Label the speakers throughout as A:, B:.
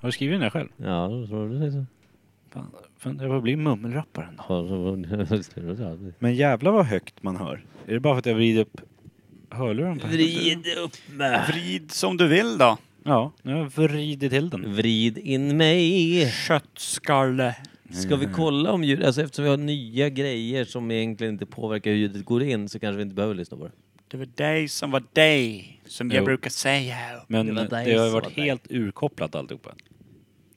A: Har du skrivit den här själv?
B: Ja, då tror du det. så.
A: Fan, funderar på att bli mummelrapparen då.
B: Ja, så- så- så- så-
A: Men jävla vad högt man hör. Är det bara för att jag vrider upp hörluren på Vrid.
B: upp mig.
C: Vrid som du vill då.
A: Ja, nu har jag vridit till den.
B: Vrid in mig.
C: Köttskalle.
B: Ska vi kolla om ljudet, alltså eftersom vi har nya grejer som egentligen inte påverkar hur ljudet går in så kanske vi inte behöver lyssna på det.
C: Det var dig som var dig, som jag
A: Jo.
C: brukar säga.
A: Men
B: Det var
A: det,
B: dig
A: har ju
B: som
A: varit
B: var dig.
A: helt urkopplat alltihopa.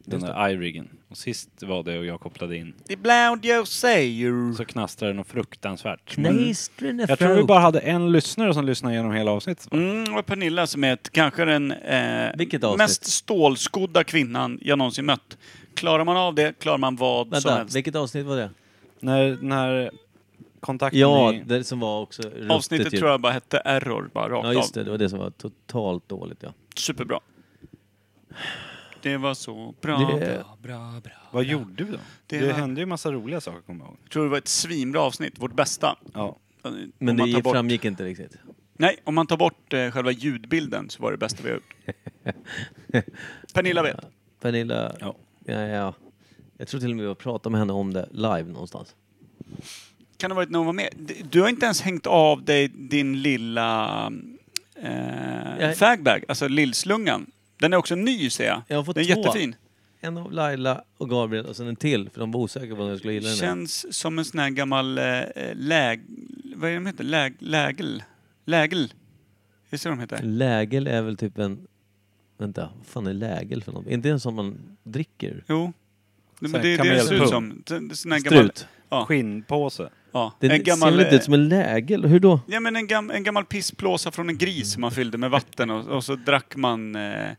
A: Den där iRiggen. Och sist var det och jag kopplade in.
C: Ibland jag säger...
A: Så knastrade den och fruktansvärt. Men
B: Knastren Mm. är
A: jag tror vi
B: frukt.
A: bara hade en lyssnare som lyssnade igenom hela avsnittet.
C: Mm, och Pernilla som är ett, kanske den eh,
B: Vilket avsnitt?
C: mest stålskodda kvinnan jag någonsin mött. Klarar man av det, klarar man vad som
B: Vänta,
C: helst.
B: vilket avsnitt var det?
A: När, när kontakten
B: Ja,
A: i-
B: det som var också ruttet
C: Avsnittet
B: ju.
C: tror jag bara hette Error, bara rakt
B: typ- Ja just det,
C: av.
B: det var det som var totalt dåligt ja.
C: Superbra. Det var så bra,
B: Det-
C: bra, bra, bra.
A: Vad gjorde vi då?
C: Det
A: Det,
C: var-
A: hände ju massa roliga saker kommer jag ihåg.
C: Jag tror det var ett svinbra avsnitt, vårt bästa.
A: Ja.
C: Om
B: Men
C: man
B: det
C: tar bort,
B: framgick inte riktigt.
C: Nej, om man tar bort eh, själva ljudbilden så var det bästa vi har gjort. Pernilla vet.
B: Pernilla, ja.
A: Ja.
B: Ja, jag tror till och med vi har pratat med henne om det live någonstans.
C: Kan det ha varit när hon var med? D- Du har inte ens hängt av dig din lilla eh,
B: Jag-
C: fagbag, alltså lillslungan. Den är också ny ser jag.
B: Jag har fått
C: den är
B: två.
C: jättefin.
B: En av Laila och Gabriel och sen en till för de var osäkra på om jag skulle gilla den. där.
C: Känns som en sån här gammal eh, eh, läg... Vad är de heter? Läg, lägel? Lägel? Visst är det de
B: Mm.
C: heter?
B: Lägel är väl typ en... Vänta, vad fan är lägel för något? Är inte en som man dricker ur?
C: Jo. Det,
A: Sån
C: men
A: här
C: det är det det ser ut
A: kamelpung.
C: som. Det, det är sån här gammal,
B: Strut.
C: ja,
A: Skinnpåse.
C: ja,
B: Det
C: en
B: ser
C: gammal, eh,
B: väl inte ut som en lägel? Hur då?
C: ja, men en, gam, en gammal pissblåsa från en gris
B: Mm.
C: som man fyllde med vatten och, och så drack man eh,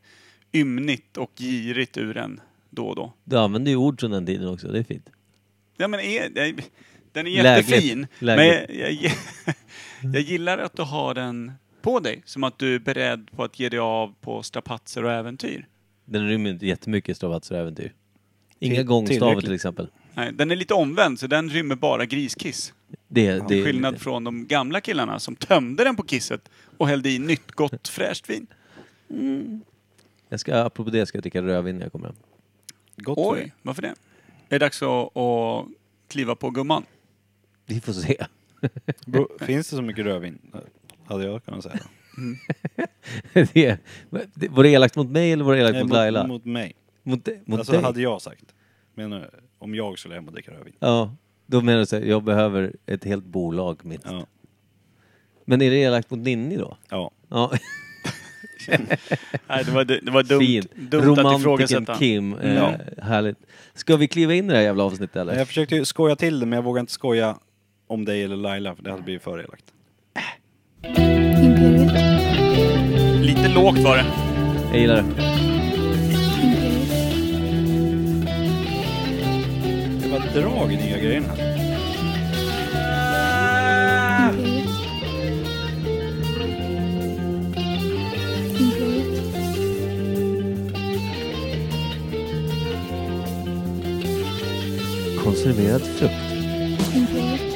C: ymnigt och girigt ur den då och då.
B: Du använder ju ord från den tiden också, det är fint.
C: Ja, men är, nej, den är
B: Lägligt.
C: jättefin.
B: Lägligt.
C: Men jag, jag, jag gillar att du har den på dig. Som att du är beredd på att ge dig av på strapatser och äventyr.
B: Den rymmer inte jättemycket stravatser och äventyr. Inga
A: Till-
B: gångstavar
A: tillräckligt.
B: till exempel.
C: Nej, den är lite omvänd, så den rymmer bara griskiss.
B: Det, det är
C: Skillnad
B: lite-
C: från de gamla killarna som tömde den på kisset och hällde i nytt gott fräscht vin.
B: Jag ska, apropå det, ska jag dricka rödvin när jag kommer hem.
A: Gott för dig.
C: Oj, varför det? Är det dags att, att kliva på gumman?
B: Vi får se.
A: Bro, Finns det så mycket rödvin? Hade jag kunnat säga.
B: det, det- var det elakt mot mig eller var det elakt
A: Nej,
B: mot, Laila?
A: Mot mig.
B: Mot, de- mot
A: alltså
B: dig?
A: hade jag sagt. Menar du, om jag skulle hem och dricka rödvin.
B: Ja, då menar du så här, jag behöver ett helt bolag minst.
A: Ja.
B: Men är det elakt mot Ninni då?
A: ja.
B: Ja,
C: Nej, det var, det var dumt,
B: fint.
C: dumt att
B: Romantiken
C: ifrågasätta.
B: Kim. Eh,
A: Ja.
B: Härligt. Ska vi kliva in i det här jävla avsnittet eller?
A: Jag försökte ju skoja till det men jag vågar inte skoja om dig eller Laila för det hade blivit för elakt.
D: Imperiet.
C: Lite lågt var det.
B: jag gillar det.
D: Imperiet.
A: Det var drag i nya grejen här.
D: Imperiet. Imperiet.
B: Konserverad frukt.
D: Imperiet.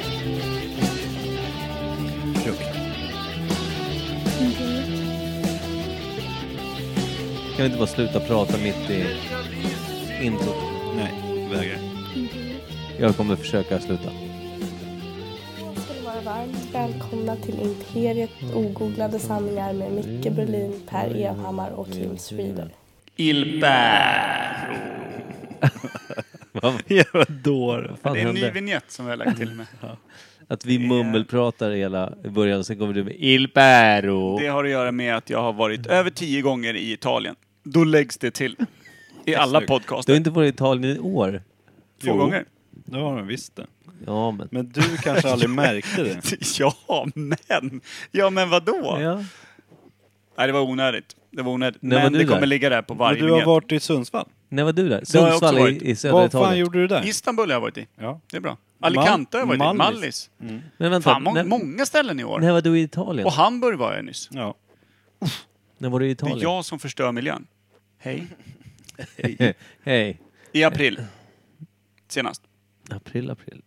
A: Frukt.
D: Imperiet.
B: Kan vi inte bara sluta prata mitt i introt?
A: Nej, vägrar.
D: Imperiet.
B: Jag kommer försöka sluta.
E: ska ni vara varmt välkomna till Imperiet ogooglade sanningar med Micke Berlin, Per Evhammar och Kim Sweden.
C: Ilbär.
A: Jävla dåre.
B: Fan
C: Det är en ny
B: hände?
C: vignett som vi har lagt till med.
B: Att vi mummelpratar hela i början och sen kommer du med Il
C: Det har att göra med att jag har varit över tio gånger i Italien. Då läggs det till. I alla
A: Snyggt.
B: Du har
C: podcaster.
B: inte varit i Italien i år.
C: Två
A: Jo.
C: gånger.
A: Det har de visst det.
B: Ja, men...
A: Men du kanske aldrig märkte det.
C: Ja, men. Ja, men vadå?
B: Ja.
C: Nej, det var onödigt. Det var onödigt.
B: När var
C: men
B: du
C: det kommer
B: där?
C: ligga där på
A: Men
C: varje
A: du har
C: vignett.
A: varit i Sundsvall.
B: När var du där?
C: har jag också
B: Sundsvall
C: varit.
B: i, i södra
A: Vad fan
B: Italien.
A: gjorde du där?
C: Istanbul har jag varit i.
A: Ja.
C: Det är bra. Alicante har jag varit i.
A: Mallis.
C: Mallis.
B: Men vänta,
C: Fan, må
B: när,
C: många ställen i år.
B: när var du i Italien?
C: Och Hamburg var jag nyss.
A: Ja.
B: När var du i
C: Det
B: Italien?
C: är jag som förstör miljön. Hej.
B: Hej.
C: I april. Senast.
B: April, april.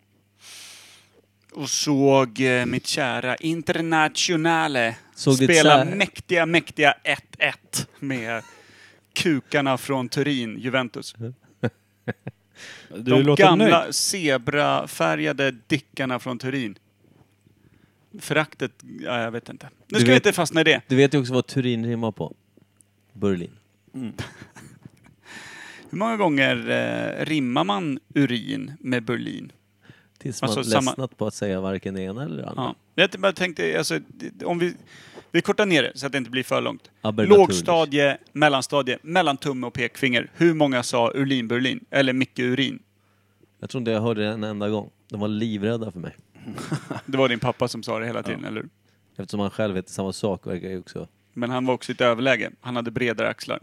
C: och såg eh, mitt kära Internationale
B: Såg ditt
C: spela
B: kär-
C: mäktiga, mäktiga 1-1 med kukarna från Turin, Juventus.
A: Du
C: De
A: låter
C: gamla
A: nöjd.
C: zebrafärgade dickarna från Turin. Föraktet, ja, jag vet inte. Nu
B: Du
C: ska vi
B: vet-
C: inte fastna i det.
B: Du vet ju också vad Turin rimmar på. Berlin.
C: Hur många gånger eh, rimmar man urin med Berlin?
B: Tills man
C: Alltså, samma-
B: ledsnat på att säga varken det ena eller det andra.
C: Ja. Jag bara tänkte, alltså, det- om vi, vi kortar ner det så att det inte blir för långt.
B: Abernaturlich.
C: Lågstadie, mellanstadie, mellan tumme och pekfinger. Hur många sa Urlin Berlin? Eller Micke Urin?
B: Jag tror inte jag hörde det en enda gång. De var livrädda för mig.
C: Det var din pappa som sa det hela tiden, eller hur?
B: Eftersom han själv heter samma sak verkar ju också...
C: Men han var också i ett överläge. Han hade bredare axlar.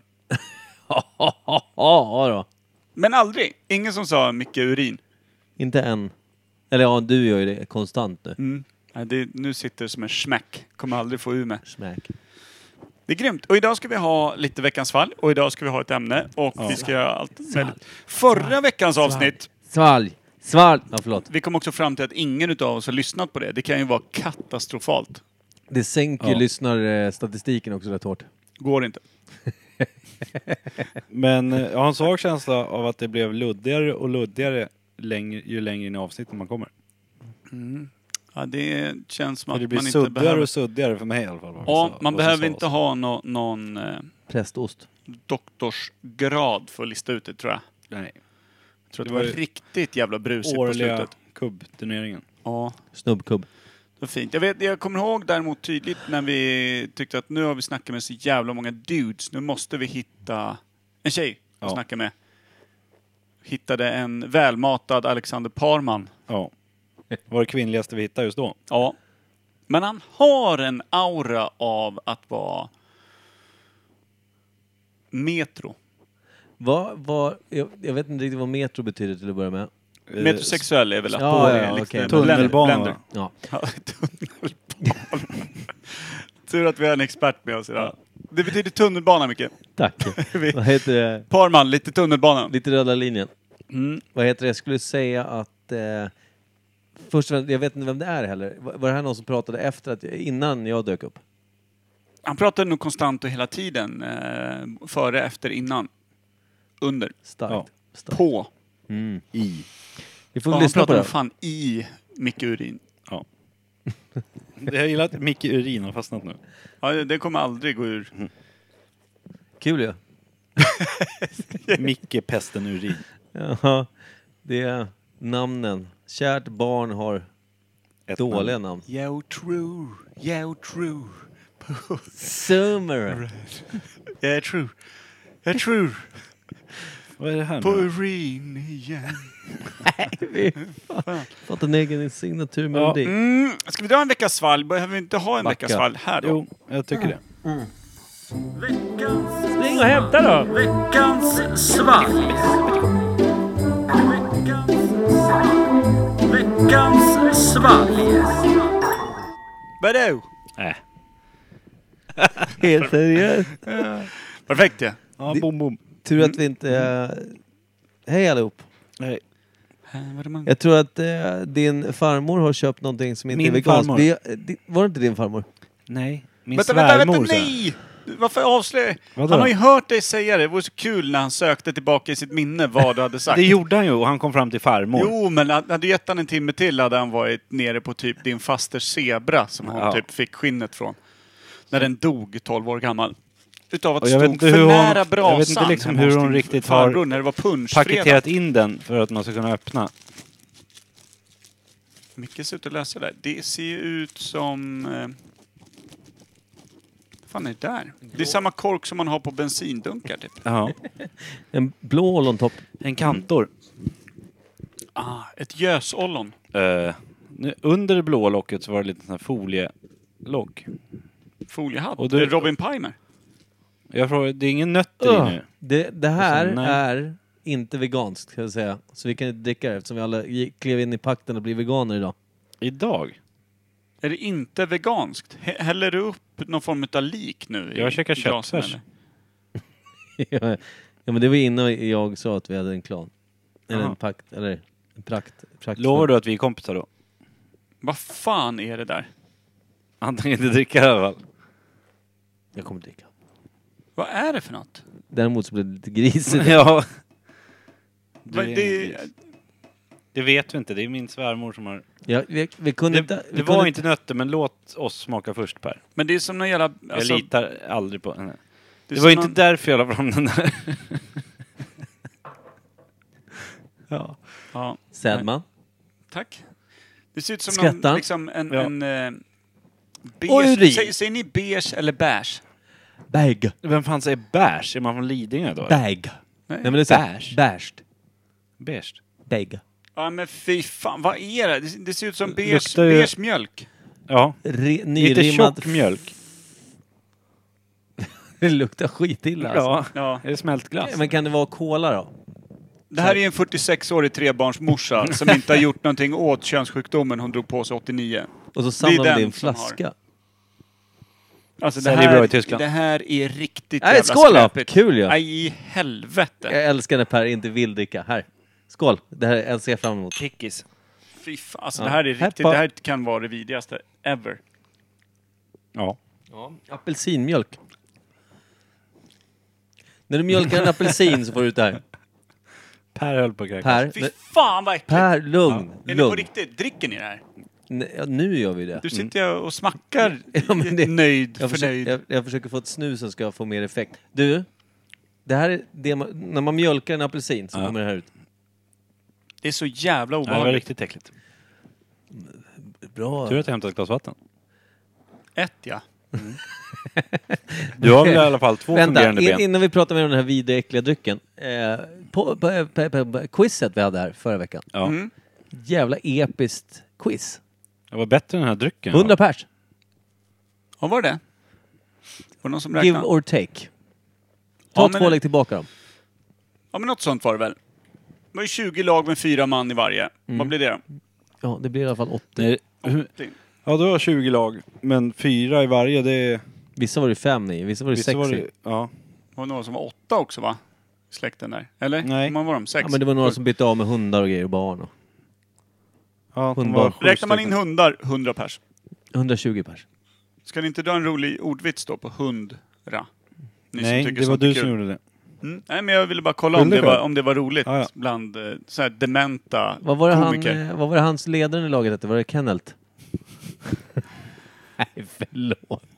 B: Ja då.
C: Men aldrig! Ingen som sa Micke Urin.
B: Inte än. Eller ja, du gör ju det konstant nu.
C: Mm. Nej, det, nu sitter det som en smäck. Kommer aldrig få ur mig.
B: Smack.
C: Det är grymt. Och idag ska vi ha lite veckans fall. Och idag ska vi ha ett ämne. Och vi ska göra allt möjligt. Förra veckans avsnitt,
B: Svalg! Svalg! Ja, förlåt.
C: vi kom också fram till att ingen utav oss har lyssnat på det. Det kan ju vara katastrofalt.
B: Det sänker
A: Ja.
B: ju lyssnarstatistiken också rätt hårt.
C: Går inte.
A: Men eh, jag har en svag känsla av att det blev luddigare och luddigare längre, ju längre in i avsnitten man kommer.
C: Ja, det känns som
A: För det
C: att
A: blir
C: man inte
A: suddigare
C: behöver...
A: och suddigare för mig i alla fall. vad
C: Ja,
A: sa-
C: man
A: vad som
C: behöver
A: sades.
C: inte ha nå- någon eh,
B: Prästost.
C: doktorsgrad för att lista ut det, tror jag.
A: Nej.
C: Jag tror att
A: Det
C: det var
A: var ju
C: riktigt jävla brusigt på
A: Årliga
C: slutet.
A: kubbturneringen.
C: Ja.
B: Snubbkubb.
C: Vad fint. Jag, vet, jag kommer ihåg däremot tydligt när vi tyckte att nu har vi snackat med så jävla många dudes. Nu måste vi hitta en tjej att
A: Ja.
C: snacka med. Hittade en välmatad Alexander Parman.
A: Ja. Det var det kvinnligaste vi hittade just då.
C: Ja. Men han har en aura av att vara metro.
B: Vad, vad, jag, jag vet inte riktigt vad metro betyder till att börja med.
A: Eh,
C: Metrosexuell är väl att
B: Ja,
C: vara
B: ja,
C: lite
B: okej.
C: blender-
A: Tunnelbana.
C: blender.
B: Ja.
C: Ja, tunnelbana. Tur att vi har en expert med oss idag. Det betyder tunnelbana, mycket.
B: Tack.
C: Vi-
B: vad heter det?
C: Parman, lite tunnelbana.
B: Lite röda linjen.
C: Mm.
B: Vad heter det? Jag skulle säga att... Eh, först och främst, jag vet inte vem det är heller. Var var det här någon som pratade efter att, innan jag dök upp?
C: Han pratade nog konstant och hela tiden. Eh, före, efter, innan. Under.
B: Starkt.
A: Ja.
B: Starkt.
C: På.
B: Mm.
A: I.
B: Vi får
C: Ja,
B: väl
C: han
B: lyssna på
C: pratade
B: det.
C: nog fan i Micke Urin.
A: Ja. Jag gillar att Micke Urin har fastnat nu.
C: Ja, det- det kommer aldrig gå ur.
B: Kul ju.
A: Micke Pesten Urin.
B: Ja. Det är namnen. Kärt barn har
A: Ett
B: dåliga
A: namn.
B: namn.
C: Yo true, yo true,
B: Summer.
C: yeah true, yeah true.
A: Vad är det här
C: På
A: nu?
C: urin igen.
B: Fått en egen signaturmelodi.
C: Mm, ska vi dra en veckas svalg? Behöver vi inte ha en
B: Backa.
C: veckas svalg här då?
A: Jo, jag tycker det.
B: Ring och hämta då!
C: Vadå?
A: Äh.
B: Helt seriöst.
C: Perfekt ja.
A: Ja, bom, bom.
B: Tur
A: Mm.
B: att vi inte... eh, Hej allihop.
A: Nej.
B: Jag tror att eh, din farmor har köpt någonting som inte
A: Min
B: är veganskt.
A: farmor.
B: Det, det, eh, var det inte din farmor?
A: Nej. Min
C: Vänta, vänta,
A: svärmor
C: vänta,
A: sa jag.
C: nej! Du, Varför avslöja?
A: Vadå?
C: Han har ju hört dig säga det. Det vore så kul när han sökte tillbaka i sitt minne vad du hade sagt.
A: Det gjorde han ju och han kom fram till farmor.
C: Jo, men hade hade du gett han en timme till hade han varit nere på typ din faster zebra som han
A: Ja.
C: typ fick skinnet från. När den dog 12 år gammal. Utav att
A: Och jag vet
C: stod
A: inte
C: för
A: hur hon-
C: nära
A: jag vet
C: brasan
A: inte liksom
C: hemma
A: hur
C: hos
A: hon
C: din
A: riktigt har
C: farbror när det var punschfredag.
A: Paketerat in den för att man ska kunna öppna.
C: Micke ser ut att lösa det där. Det ser ju ut som... Eh... Vad fan är det där? Det är samma kork som man har på bensindunkar typ.
A: Ja.
B: En blå ollontopp.
A: En kantor.
C: Ah, ett gösollon.
A: Eh, nu, under det blåa locket så var det lite sån här folielock.
C: Foliehatt.
A: Och
C: Och
A: du-
C: är Robin Pimer.
A: Jag frågar, det är ingen nötter i nu?
B: Det, det här
A: Och så, nej.
B: är inte veganskt kan jag säga. Så vi kan inte dricka det eftersom vi alla gi- klev in i pakten och blev veganer idag.
A: Idag?
C: Är det inte veganskt? Hä- Häller du upp någon form av lik nu? i
A: Jag käkar
C: glasen,
A: köttfärs.
C: eller?
B: ja men det var innan jag sa att vi hade en klan. Eller
A: Aha.
B: en pakt, eller en prakt. prakt
A: Lovar du att vi är kompisar då?
C: Vad fan är det där?
A: Han tänker inte dricka i alla fall.
B: Jag kommer dricka.
C: Vad är det för något?
B: Däremot så blev det lite grisigt.
A: Ja. Du
C: Men
A: är en
C: det,
A: gris. det vet vi inte, det är min svärmor som har...
B: Ja, vi, vi kunde
A: Det,
B: inte... Vi
A: det
B: kunde
A: var inte nötter, men låt oss smaka först Per.
C: men det är som någon jävla...
A: Jag
C: Alltså,
A: litar aldrig på henne.
C: det
A: Det,
C: är som
A: var ju inte
C: någon-
A: därför jag la fram den där. ja.
C: Ja,
B: Sedman.
C: tack. Det ser ut som
B: Skrattar
C: någon,
B: han?
C: liksom en...
A: Ja.
C: en eh,
A: Och urin.
C: beige. Säger, säger ni beige eller beige?
B: Bag.
A: Vem fan säger bärs? Är man från Lidingö då?
B: Bag. Nej men det är så här,
A: Bärs.
B: Bärst.
A: Bärs.
B: Bag.
C: Ja men fy fan, vad är det? Det, det ser ut som beige,
A: Luktar ju-
C: beige mjölk.
A: Ja.
B: Re,
A: Lite
B: nyrimmad...
A: tjock mjölk.
B: det luktar skitilla alltså.
A: Ja.
C: Ja.
A: Är det smältglass?
B: Men kan det vara cola då?
C: Det här är ju en 46-årig trebarnsmorsa som inte har gjort någonting åt könssjukdomen hon drog på sig 89.
B: Och så samlar man
C: den
B: det i en
C: som har.
B: flaska.
C: Alltså det
A: Säljer bra i
C: här,
A: Tyskland.
C: det här är riktigt
B: Nej,
C: jävla
B: skål då!
C: skräpigt.
B: Kul Eh, ju.
C: Nej, i helvete!
B: Jag älskar när Per inte vill dricka. Här. Skål! Det här jag ser jag fram emot.
A: Pickis.
C: Fy fan, alltså det här
B: Här
C: är riktigt,
B: på-
C: det här kan vara det vidrigaste ever.
A: Ja.
B: Apelsinmjölk. När du mjölkar en apelsin så får du ut det här.
A: Per höll på att kräkas.
B: Per,
C: Fy fan vad äckligt!
B: per lugn,
C: Är ni på
B: lugn.
C: riktigt? Dricker ni det här?
B: Nej, ja, nu gör vi det.
C: Du sitter ju och smackar
B: Mm. Ja, men det-
C: nöjd,
B: Jag
C: förnöjd.
B: försöker, jag, jag försöker få ett snus som ska få mer effekt. Du, det här är det man, när man mjölkar en apelsin så
A: Ja.
B: kommer det här ut.
C: Det är så jävla
A: Ja, det var
C: obehagligt.
A: riktigt äckligt.
B: Bra.
A: Tur att jag hämtade ett glas vatten.
C: Ett ja.
A: Du har väl i alla fall två
B: Vänta,
A: fungerande
B: in,
A: ben?
B: innan vi pratar mer om den här vidriga äckliga drycken. Eh, på, på, på, på, på quizet vi hade här förra veckan.
A: Ja.
B: Jävla episkt quiz.
A: Det var bättre än den här drycken.
B: 100 pers.
C: Ja, var det det? Var det någon som
B: Give
C: räknade?
B: or take. Ta
C: Ja, men-
B: två lägg tillbaka dem.
C: Ja, men något sånt var det väl. Det var ju 20 lag med fyra man i varje.
B: Mm.
C: Vad blir det?
B: Ja, det blir i alla fall åtta.
A: Nej, hur- Ja, du har 20 lag, men fyra i varje, det är...
B: Vissa var det fem i, vissa var det
A: Vissa
B: sex
A: var
B: i.
A: det- Ja.
C: Det var några som var åtta också va? Släkten där. Eller?
A: Nej.
C: Hur många var de? Sex?
B: Ja, men det var några som bytte av med hundar och grejer och barn. Och
A: ja de
B: Hundbar.
A: var sju
C: Räknar man in
A: stycken.
C: hundar, 100 pers.
B: 120 pers.
C: Ska ni inte dra en rolig ordvits då på hundra? Ni som
A: Nej,
C: tycker
A: det var
C: sånt är
A: du
C: kul.
A: som gjorde det.
C: Mm. Nej, men jag ville bara kolla om
A: Ville
C: det,
A: du?
C: var, om det var roligt
A: Ja, ja.
C: bland eh, så här dementa
B: Vad var det, han,
C: komiker.
B: eh, vad var det hans ledaren i laget hette? Var det Kennelt? Nej, förlåt.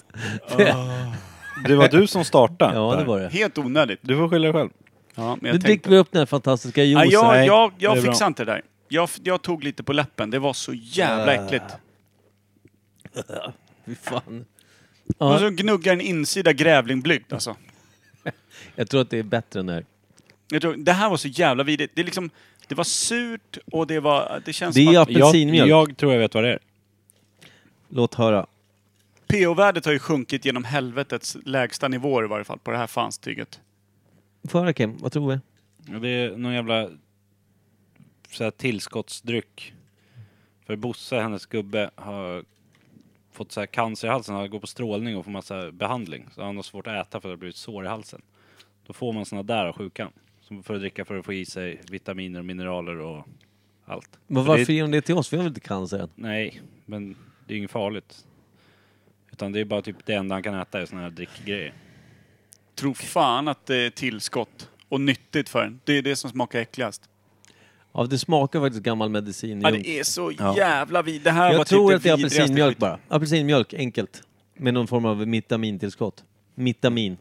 A: Det var du som startade.
B: Ja, det
A: Per.
B: var det.
C: Helt onödigt.
A: Du får skylla dig själv.
C: Ja, men
B: Nu
C: jag
B: dricker
C: tänkte...
B: vi upp den här fantastiska
C: Ja,
B: juicen.
A: Nej,
C: jag jag,
A: det
C: jag
A: är bra.
C: fixar inte det där. Jag, f- jag tog lite på läppen. Det var så jävla
B: Äh.
C: äckligt.
B: Fy fan.
C: Och så
B: Ja,
C: gnuggar en insida grävlingblygd alltså.
B: jag tror att det är bättre än det här.
C: Jag tror, det här var så jävla vidrigt. Det, är liksom, det var surt och det var... Det känns
B: Det är
C: som att
A: Jag,
B: apelsinmjölk.
A: jag tror jag vet vad det är.
B: Låt höra.
C: pH-värdet har ju sjunkit genom helvetets lägsta nivåer i varje fall på det här fanstyget.
B: Få höra Kim, vad tror vi?
A: Ja, Det är någon jävla så här, tillskottsdryck. För Bosse, hennes gubbe, har fått så här cancer i halsen. Han går på strålning och får massa behandling. Så han har svårt att äta för att det har blivit sår i halsen. Då får man såna där av sjukan. Som för att dricka för att få i sig vitaminer och mineraler och allt.
B: Men
A: För det-
B: varför ger de det till oss? Vi har väl inte cancer än?
A: Nej, men det är inget farligt. Utan det är bara typ det enda han kan äta är såna här drickgrejer.
C: Tro fan att det är tillskott och nyttigt för en. Det är det som smakar äckligast.
B: Ja, det smakar faktiskt gammal medicin.
C: Ja,
B: i
C: det är så jävla vid. Det här var
B: Jag
C: typ
B: tror att det är
C: vidrigaste
B: apelsinmjölk
C: skit.
B: bara. Apelsinmjölk, enkelt. Med någon form av vitamintillskott. Vitamin.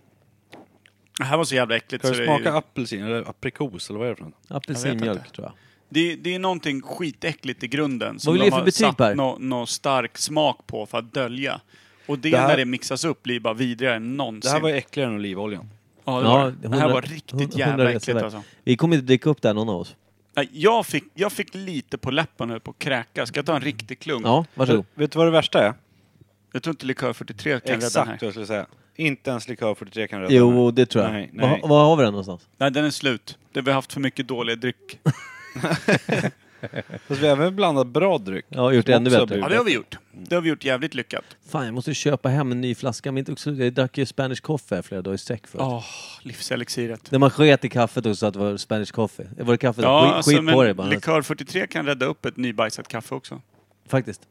C: Det här var så jävla äckligt.
A: Ska
C: så
A: det
C: det,
A: smaka
C: är,
A: apelsin eller aprikos eller vad är det för något?
B: Apelsinmjölk tror jag.
C: det, det är någonting skitäckligt i grunden
B: Vad
C: som
B: vill
C: de
B: du ge för
C: har
B: betyg,
C: satt
B: Per?
C: någon nå stark smak på för att dölja. Och det,
A: Det här-
C: när det mixas upp blir bara vidrigare än någonsin.
A: Det här var ju äckligare än olivoljan.
C: ja, det,
B: Ja,
C: var, det. det här
B: 100
C: var riktigt
B: 100
C: jävla
B: reser
C: äckligt
B: väl.
C: alltså.
B: Vi kommer inte dricka upp det här någon av oss.
C: Nej, jag, fick, jag fick lite på läppen här på att kräkas. Ska jag ta en riktig klunk?
B: Ja, varsågod.
A: Vet du vad det värsta är?
C: Jag tror inte likör 43 kan rädda den
A: Exakt
C: här.
A: vad jag skulle säga. Inte ens likör 43 kan rädda
B: Jo, det tror jag.
A: Nej, nej.
B: Var, var har vi den någonstans?
C: Nej, den är slut. Det, vi har haft för mycket dåliga dryck.
A: Fast vi har även blandat bra dryck.
B: Ja, gjort det
A: Som
B: ännu
A: också har
B: bättre.
A: blivit
C: Ja, det har vi gjort. Det har vi gjort jävligt lyckat.
B: Fan, jag måste köpa hem en ny flaska. Mitt också, jag drack ju Spanish coffee här flera dagar i sträck förut.
C: Åh, livselixiret.
B: När man sket i kaffet också att det var Spanish coffee. Var det kaffet?
C: Ja,
B: skit
C: alltså,
B: skit på det
C: men
B: bara.
C: likör 43 kan rädda upp ett nybajsat kaffe också.
B: Faktiskt.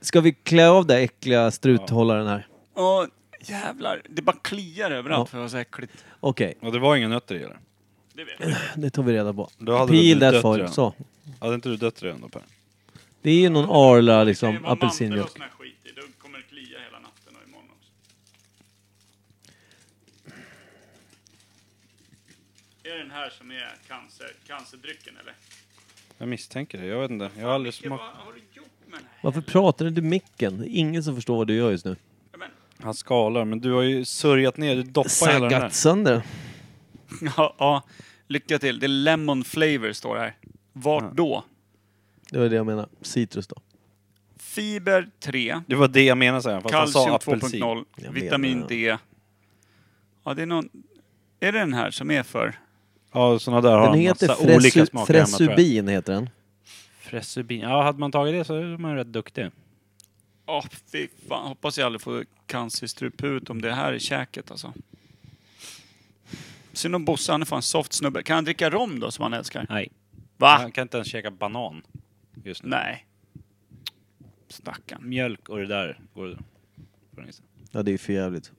B: Ska vi klä av det äckliga struthållaren här?
C: Åh, jävlar, det bara kliar överallt
B: Ja.
C: för det var så äckligt.
B: Okej,
A: Och det var inga nötter i det.
C: Det vet jag.
B: det tar vi reda på.
A: Då hade väl
B: Peel
A: du
B: that
A: dött
B: foil.
A: redan.
B: Så.
A: Hade inte du dött redan då Per?
B: Det är ju någon Arla
C: Det
B: liksom,
C: var mandel och
B: apelsinmjölk.
C: sån här skit i, då kommer det klia hela natten och imorgon också. Är det den här som är cancer, cancerdrycken eller?
A: Jag misstänker det. Jag vet inte. Jag har aldrig
C: Vad
A: smakat.
C: har du gjort med den här?
B: Varför pratade du i micken? Det är Ingen som förstår vad du gör just nu.
C: Ja, men-
A: Han skalar, men du har ju sörjat ner. Du doppar hela den här.
B: Saggat sönder.
C: Ja, ja, lycka till. Det är lemon flavor står det här. Vart då?
B: Det var det jag menade. Citrus då.
C: Fiber 3,
A: Det var det jag menade säger han, fast han
C: kalcium
A: sa apelsin.
C: 2.0,
B: Jag
C: vitamin
B: menar,
C: D. Ja, det är någon... Är det den här som är för...
A: Ja, såna där har
B: Den
A: han
B: heter
A: massa olika
B: fresu,
A: smaker hemma tror jag.
B: Fresubin. Heter den.
A: Fresubin. Ja, hade man tagit det så är man rätt duktig.
C: Ja, fy fan. Hoppas jag aldrig får cancer i struphuvudet om det här är käket alltså. Synd om Bosse, han är fan soft snubbe. Kan han dricka rom då som han älskar?
A: Nej.
C: Va?
A: Han kan inte ens käka banan just nu.
C: Nej. Stackarn.
A: Mjölk och det där går går inte.
B: Ja, det är för jävligt.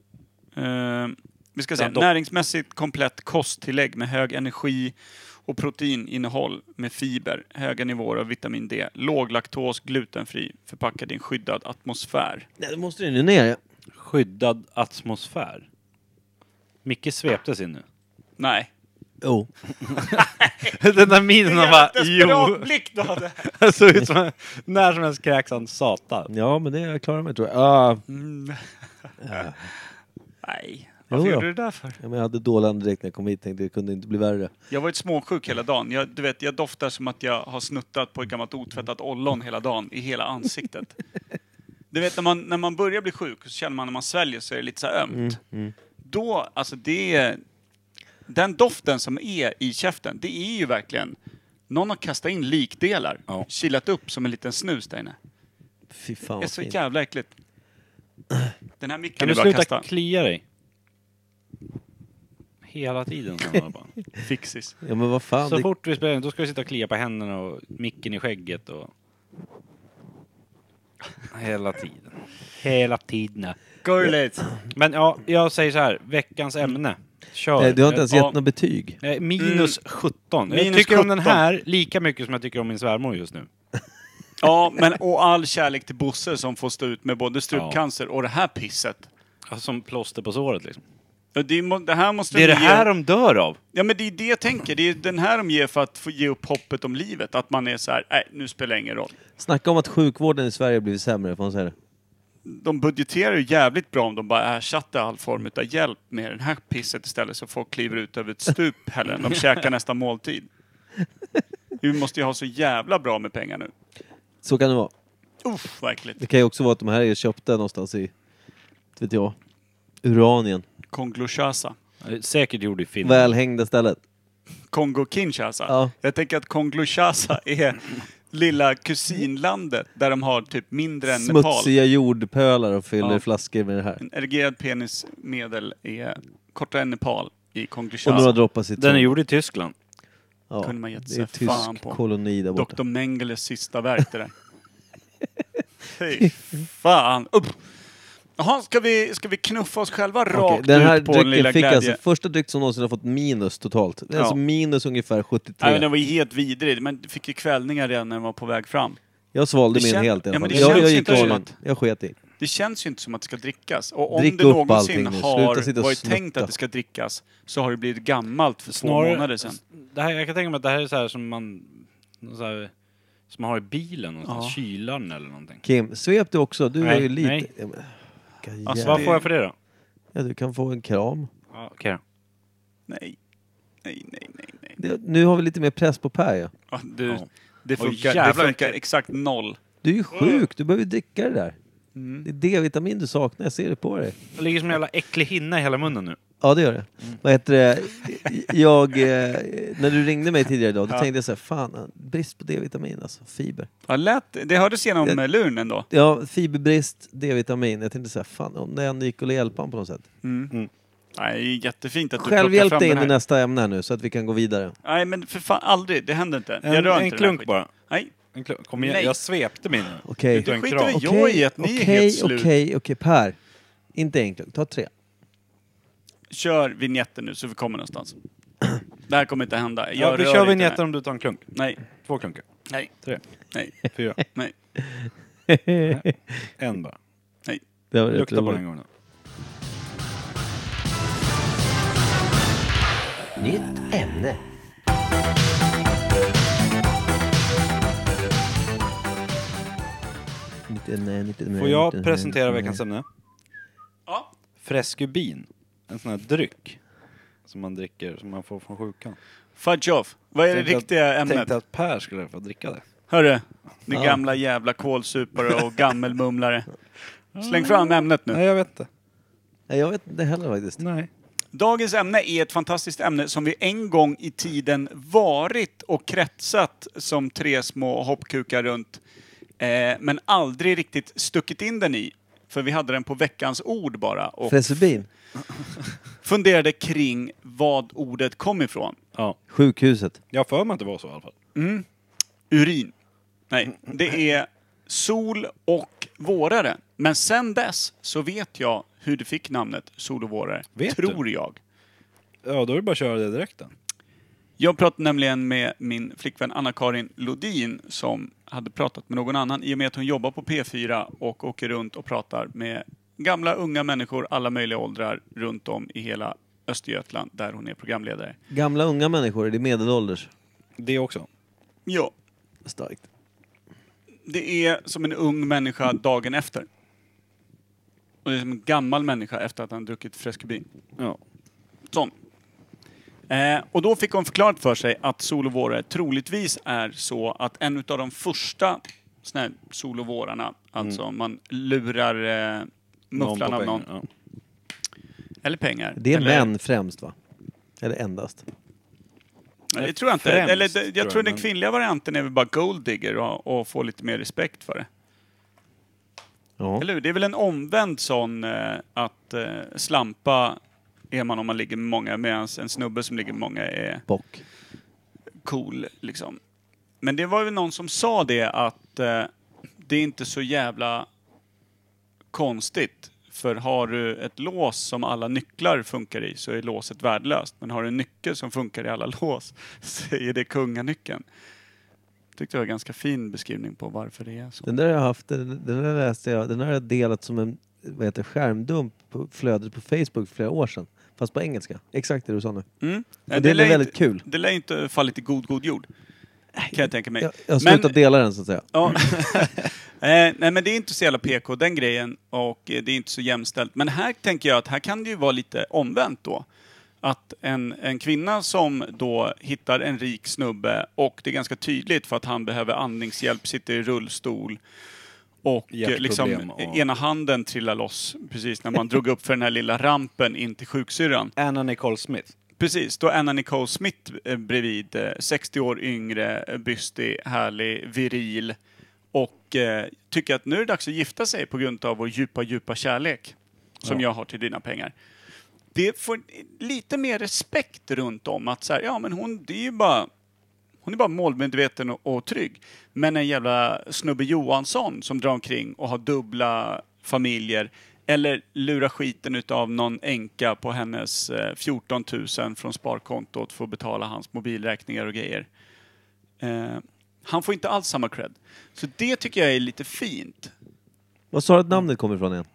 C: Eh, vi ska se.
A: Bland de-
C: Näringsmässigt komplett kosttillägg med hög energi och proteininnehåll med fiber, höga nivåer av vitamin D, låg laktos, glutenfri, förpackad i en skyddad atmosfär.
B: Nej, då måste den ju ner.
A: Skyddad atmosfär. Micke sveptes in nu.
C: Nej.
B: Jo.
A: Den där minen han bara
C: Desperat
A: jo.
C: blick du hade!
A: Han såg ut som när som helst kräks han satan.
B: Ja, men det är jag klarar mig tror jag. Ah,
C: Nej.
B: Jo
C: Varför
B: då.
C: gjorde du det där för?
B: ja, men jag hade dålig andedräkt när jag kom hit. Tänkte det kunde inte bli värre.
C: Jag har varit småsjuk hela dagen. Jag, du vet, jag doftar som att jag har snuttat på ett gammalt otvättat ollon hela dagen i hela ansiktet. Du vet när man, när man börjar bli sjuk så känner man när man sväljer så är det lite så här ömt.
A: Mm,
C: Då, alltså det är... Den doften som är i käften, det är ju verkligen... Någon har kastat in likdelar,
A: Ja.
C: kilat upp som en liten snus där inne.
B: Fy fan
C: Det är
B: vad
C: så
B: fint.
C: jävla äckligt. Den här micken
A: Kan
C: är
A: du
C: bara
A: sluta
C: kasta.
A: klia dig? Hela tiden. sa han bara.
C: Fixis.
B: Ja, men vad fan.
A: Så
B: Det,
A: fort vi spelar in, då ska vi sitta och klia på händerna och micken i skägget och... Hela tiden. Hela tiden.
C: Gurligt!
A: Men ja, jag säger så här. Veckans ämne. Kör.
B: nej, du har inte ens gett
C: Ja.
B: några betyg.
A: Eh, Minus 17. jag
C: Minus
A: tycker om den
C: 17.
A: här lika mycket som jag tycker om min svärmor just nu.
C: Ja, men och all kärlek till Bosse som får stå ut med både strupcancer och det här pisset.
A: Ja, Alltså, Som plåster på såret liksom.
C: Ja, Det, är må- det här måste
A: Det är det
C: de ge-
A: här de dör av.
C: Ja, men det är det jag tänker. Det är den här de ger för att få ge upp hoppet om livet. Att man är så här, nej, nu spelar det ingen roll.
B: Snacka om att sjukvården i Sverige har blivit sämre. Får man säga det?
C: De budgeterar ju jävligt bra om de bara ersatte all form av hjälp med det här pisset istället så folk kliver ut över ett stup hellre än de käkar nästa måltid. Vi måste ju ha så jävla bra med pengar nu.
B: Så kan det vara.
C: Uff, verkligt.
B: Det kan ju också vara att de här är köpta någonstans i, inte vet jag, Uranien.
C: Kongloshasa.
A: Eh, Säkert gjord i Finland.
B: Välhängda stället.
C: Kongo-Kinshasa.
B: Ja.
C: Jag tänker att Kongo-Kinshasa är lilla kusinlandet där de har typ mindre än Nepal.
B: Smutsiga jordpölar och fyller
C: Ja.
B: flaskor med det här.
C: En erigerad penismedel är kortare än Nepal i
B: Och några
C: Kongo-Kinshasa.
B: droppar citron.
A: Alltså, Den är gjord i Tyskland.
B: ja.
C: kunde man gett
B: Det är
C: sig
B: tysk
C: fan på.
B: koloni där borta.
C: Dr. Mengeles sista verk det där. Fy fan! Upp. Jaha, ska vi, ska vi knuffa oss själva
B: Okej,
C: rakt
B: den här
C: ut på den lilla
B: drycken fick
C: glädje?
B: alltså första dryck som någonsin har fått minus totalt. Det är
C: Ja.
B: alltså minus ungefär 73.
C: Nej, men den var ju helt vidrig, men du fick ju kvällningar redan när den var på väg fram.
B: jag svalde
C: Det
B: min
C: kän-
B: helt i alla
C: Ja,
B: fall.
C: men det
B: jag,
C: känns
B: jag gick
C: inte
B: all
C: som
B: in.
C: att-
B: Jag sket i.
C: Det känns ju inte som att det ska drickas. Och om
B: Drick
C: det
B: upp
C: någonsin
B: allting nu. Sluta sitta
C: har
B: och
C: varit
B: snutta.
C: tänkt att det ska drickas så har det blivit gammalt för två månader sedan.
A: Det här, jag kan tänka mig att det här är så här som man... Så här, som man har i bilen någonstans.
C: Ja.
A: Kylaren eller någonting.
B: Kim, svep du också. Du
A: Nej,
B: är ju lite...
A: nej.
B: Ja, men- Vilka
C: Alltså,
A: Vad
B: jävla-
A: får jag för det då?
B: Ja, du kan få en kram.
A: Ja, Okej då.
C: Nej. Nej, nej, nej, nej.
B: Det, nu har vi lite mer press på Per ja.
C: Ja, du,
A: Ja.
C: Det
A: Oj,
C: funkar, det
A: jävlar,
C: funkar
A: vilket-
C: exakt noll.
B: Du är ju sjuk, du behöver ju dricka det där.
C: Mm.
B: Det är D-vitamin du saknar, jag ser det på dig.
A: Det ligger som en jävla äcklig hinna i hela munnen nu.
B: Ja, det gör det. Vad heter det? Jag, eh, när du ringde mig tidigare idag, då tänkte jag så här, fan, brist på D-vitamin alltså, fiber.
C: Ja, lät, det hördes genom
B: Det-
C: det... luren ändå.
B: Ja, fiberbrist, D-vitamin. Jag tänkte så här, fan, om det ändå gick att hjälpa honom på något sätt.
C: Nej, det är jättefint att du
B: Själv
C: plockar
B: hjälp
C: fram
B: dig in
C: den
B: i
C: här.
B: nästa ämne här nu, så att vi kan gå vidare.
C: Nej, men för fan aldrig. Det händer inte.
A: En,
C: jag rör
A: en
C: inte den här
A: klunk
C: skiten.
A: bara.
C: Nej,
A: En klunk. Kom igen,
C: Nej.
A: jag svepte min nu.
B: Okej.
A: Utan
C: Det skiter
A: krav.
C: vi i.
B: Okej,
C: Jag är att ni är
B: okej,
C: helt slut.
B: okej, okej, Per. Inte enkel. Ta tre.
C: Kör vignetten nu så vi kommer någonstans. Det här kommer inte hända. Jag
A: Ja, vi
C: rör
A: kör
C: inte
A: vinjetten
C: mig.
A: om du tar en klunk.
C: Nej,
A: Två klunkar.
C: nej,
A: Tre.
C: nej,
A: Fyra.
C: nej.
A: en bara.
B: Det var rätt
A: Lukta på
B: roligt.
A: den gången.
F: Nytt ämne.
B: Inte- nej, inte- nej,
A: Får jag
B: inte- nej,
A: presentera
B: nej.
A: veckans ämne?
C: Ja,
A: Frescubin. En sån här dryck. Som man dricker, som man får från sjukan.
C: fudge off. Vad är det
A: Tänkte att-
C: riktiga ämnet?
A: Tänkte att Per skulle få dricka det.
C: Hörru, ni
B: Ja.
C: gamla jävla kålsupare och gammelmumlare. Släng fram ämnet nu.
A: Nej, jag vet inte.
B: Nej, jag vet inte heller faktiskt.
A: Nej.
C: Dagens ämne är ett fantastiskt ämne som vi en gång i tiden varit och kretsat som tre små hoppkukar runt. Eh, men aldrig riktigt stuckit in den i. För vi hade den på veckans ord bara och
B: Fresubin.
C: funderade kring vad ordet kom ifrån.
A: Ja.
B: Sjukhuset.
A: Jag har för mig att det var så i alla fall.
C: Urin. Nej, det är sol och vårare. Men sen dess så vet jag hur det fick namnet sol och vårare.
A: Vet
C: tror jag.
A: Ja, då är det bara att köra det direkt då.
C: Jag pratade nämligen med min flickvän Anna-Karin Lodin som hade pratat med någon annan i och med att hon jobbar på P4 och åker runt och pratar med gamla, unga människor, alla möjliga åldrar runt om i hela Östergötland där hon är programledare.
B: Gamla unga människor, det är medelålders.
A: Det också.
C: Ja,
B: Starkt.
C: det är som en ung människa dagen efter. Och det är som en gammal människa efter att han druckit Frescobin.
A: Ja.
C: Sån. Eh, och då fick hon förklarat för sig att sol och vårare troligtvis är så att en av de första såna här sol och vårarna, alltså man lurar eh, mufflan
A: Mm. på
C: av någon,
A: pengar, Ja.
C: eller pengar.
B: Det är
C: eller,
B: män främst va? Eller endast.
C: Nej, Det tror jag inte.
A: Främst,
C: eller, det, jag
A: tror
C: tror,
A: jag,
C: den
A: men-
C: kvinnliga varianten är väl bara golddigger och, och få lite mer respekt för det.
B: Ja.
C: Eller hur? Det är väl en omvänd sån eh, att eh, slampa är man om man ligger med många, medan en snubbe som ligger med många är
B: Bock.
C: cool liksom. Men det var ju någon som sa det att eh, det är inte så jävla konstigt. För har du ett lås som alla nycklar funkar i så är låset värdelöst. Men har du en nyckel som funkar i alla lås så är det kunganyckeln. Tyckte jag var en ganska fin beskrivning på varför det är så.
B: Den där har jag haft, den den där läste jag, den där har jag delat som en vad heter, det, skärmdump på flödet på Facebook för flera år sedan. Fast på engelska. Exakt det du sa nu.
C: Mm.
B: Och det är
C: lär
B: väldigt
C: inte-
B: kul.
C: Det lär ju inte fallit i god, god jord. Kan jag tänka mig.
B: Jag, jag har
C: Men-
B: slutat dela den så att säga.
C: Ja. eh, nej men det är inte så jävla PK den grejen och eh, det är inte så jämställt. Men här tänker jag att här kan det ju vara lite omvänt då. Att en, en kvinna som då hittar en rik snubbe och det är ganska tydligt för att han behöver andningshjälp, sitter i rullstol och eh, liksom
A: Hjärtproblem och-
C: ena handen trillar loss precis när man drog upp för den här lilla rampen in till sjuksyrran.
A: Anna Nicole Smith.
C: Precis, då är Anna Nicole Smith eh, bredvid. eh, 60 år yngre, eh, bystig, härlig, viril. Och eh, tycker att nu är det dags att gifta sig på grund av vår djupa, djupa kärlek. Som jag har till dina pengar. Det får lite mer respekt runt om att så här, ja men hon, det är ju bara... Hon är bara målmedveten och, och trygg. Men en jävla snubbe Johansson som drar omkring och har dubbla familjer. Eller lurar skiten utav någon änka på hennes eh, 14 000 från sparkontot för att betala hans mobilräkningar och grejer. Eh, han får inte alls samma cred. Så det tycker jag är lite fint.
B: Vad sa du att namnet kommer ifrån igen?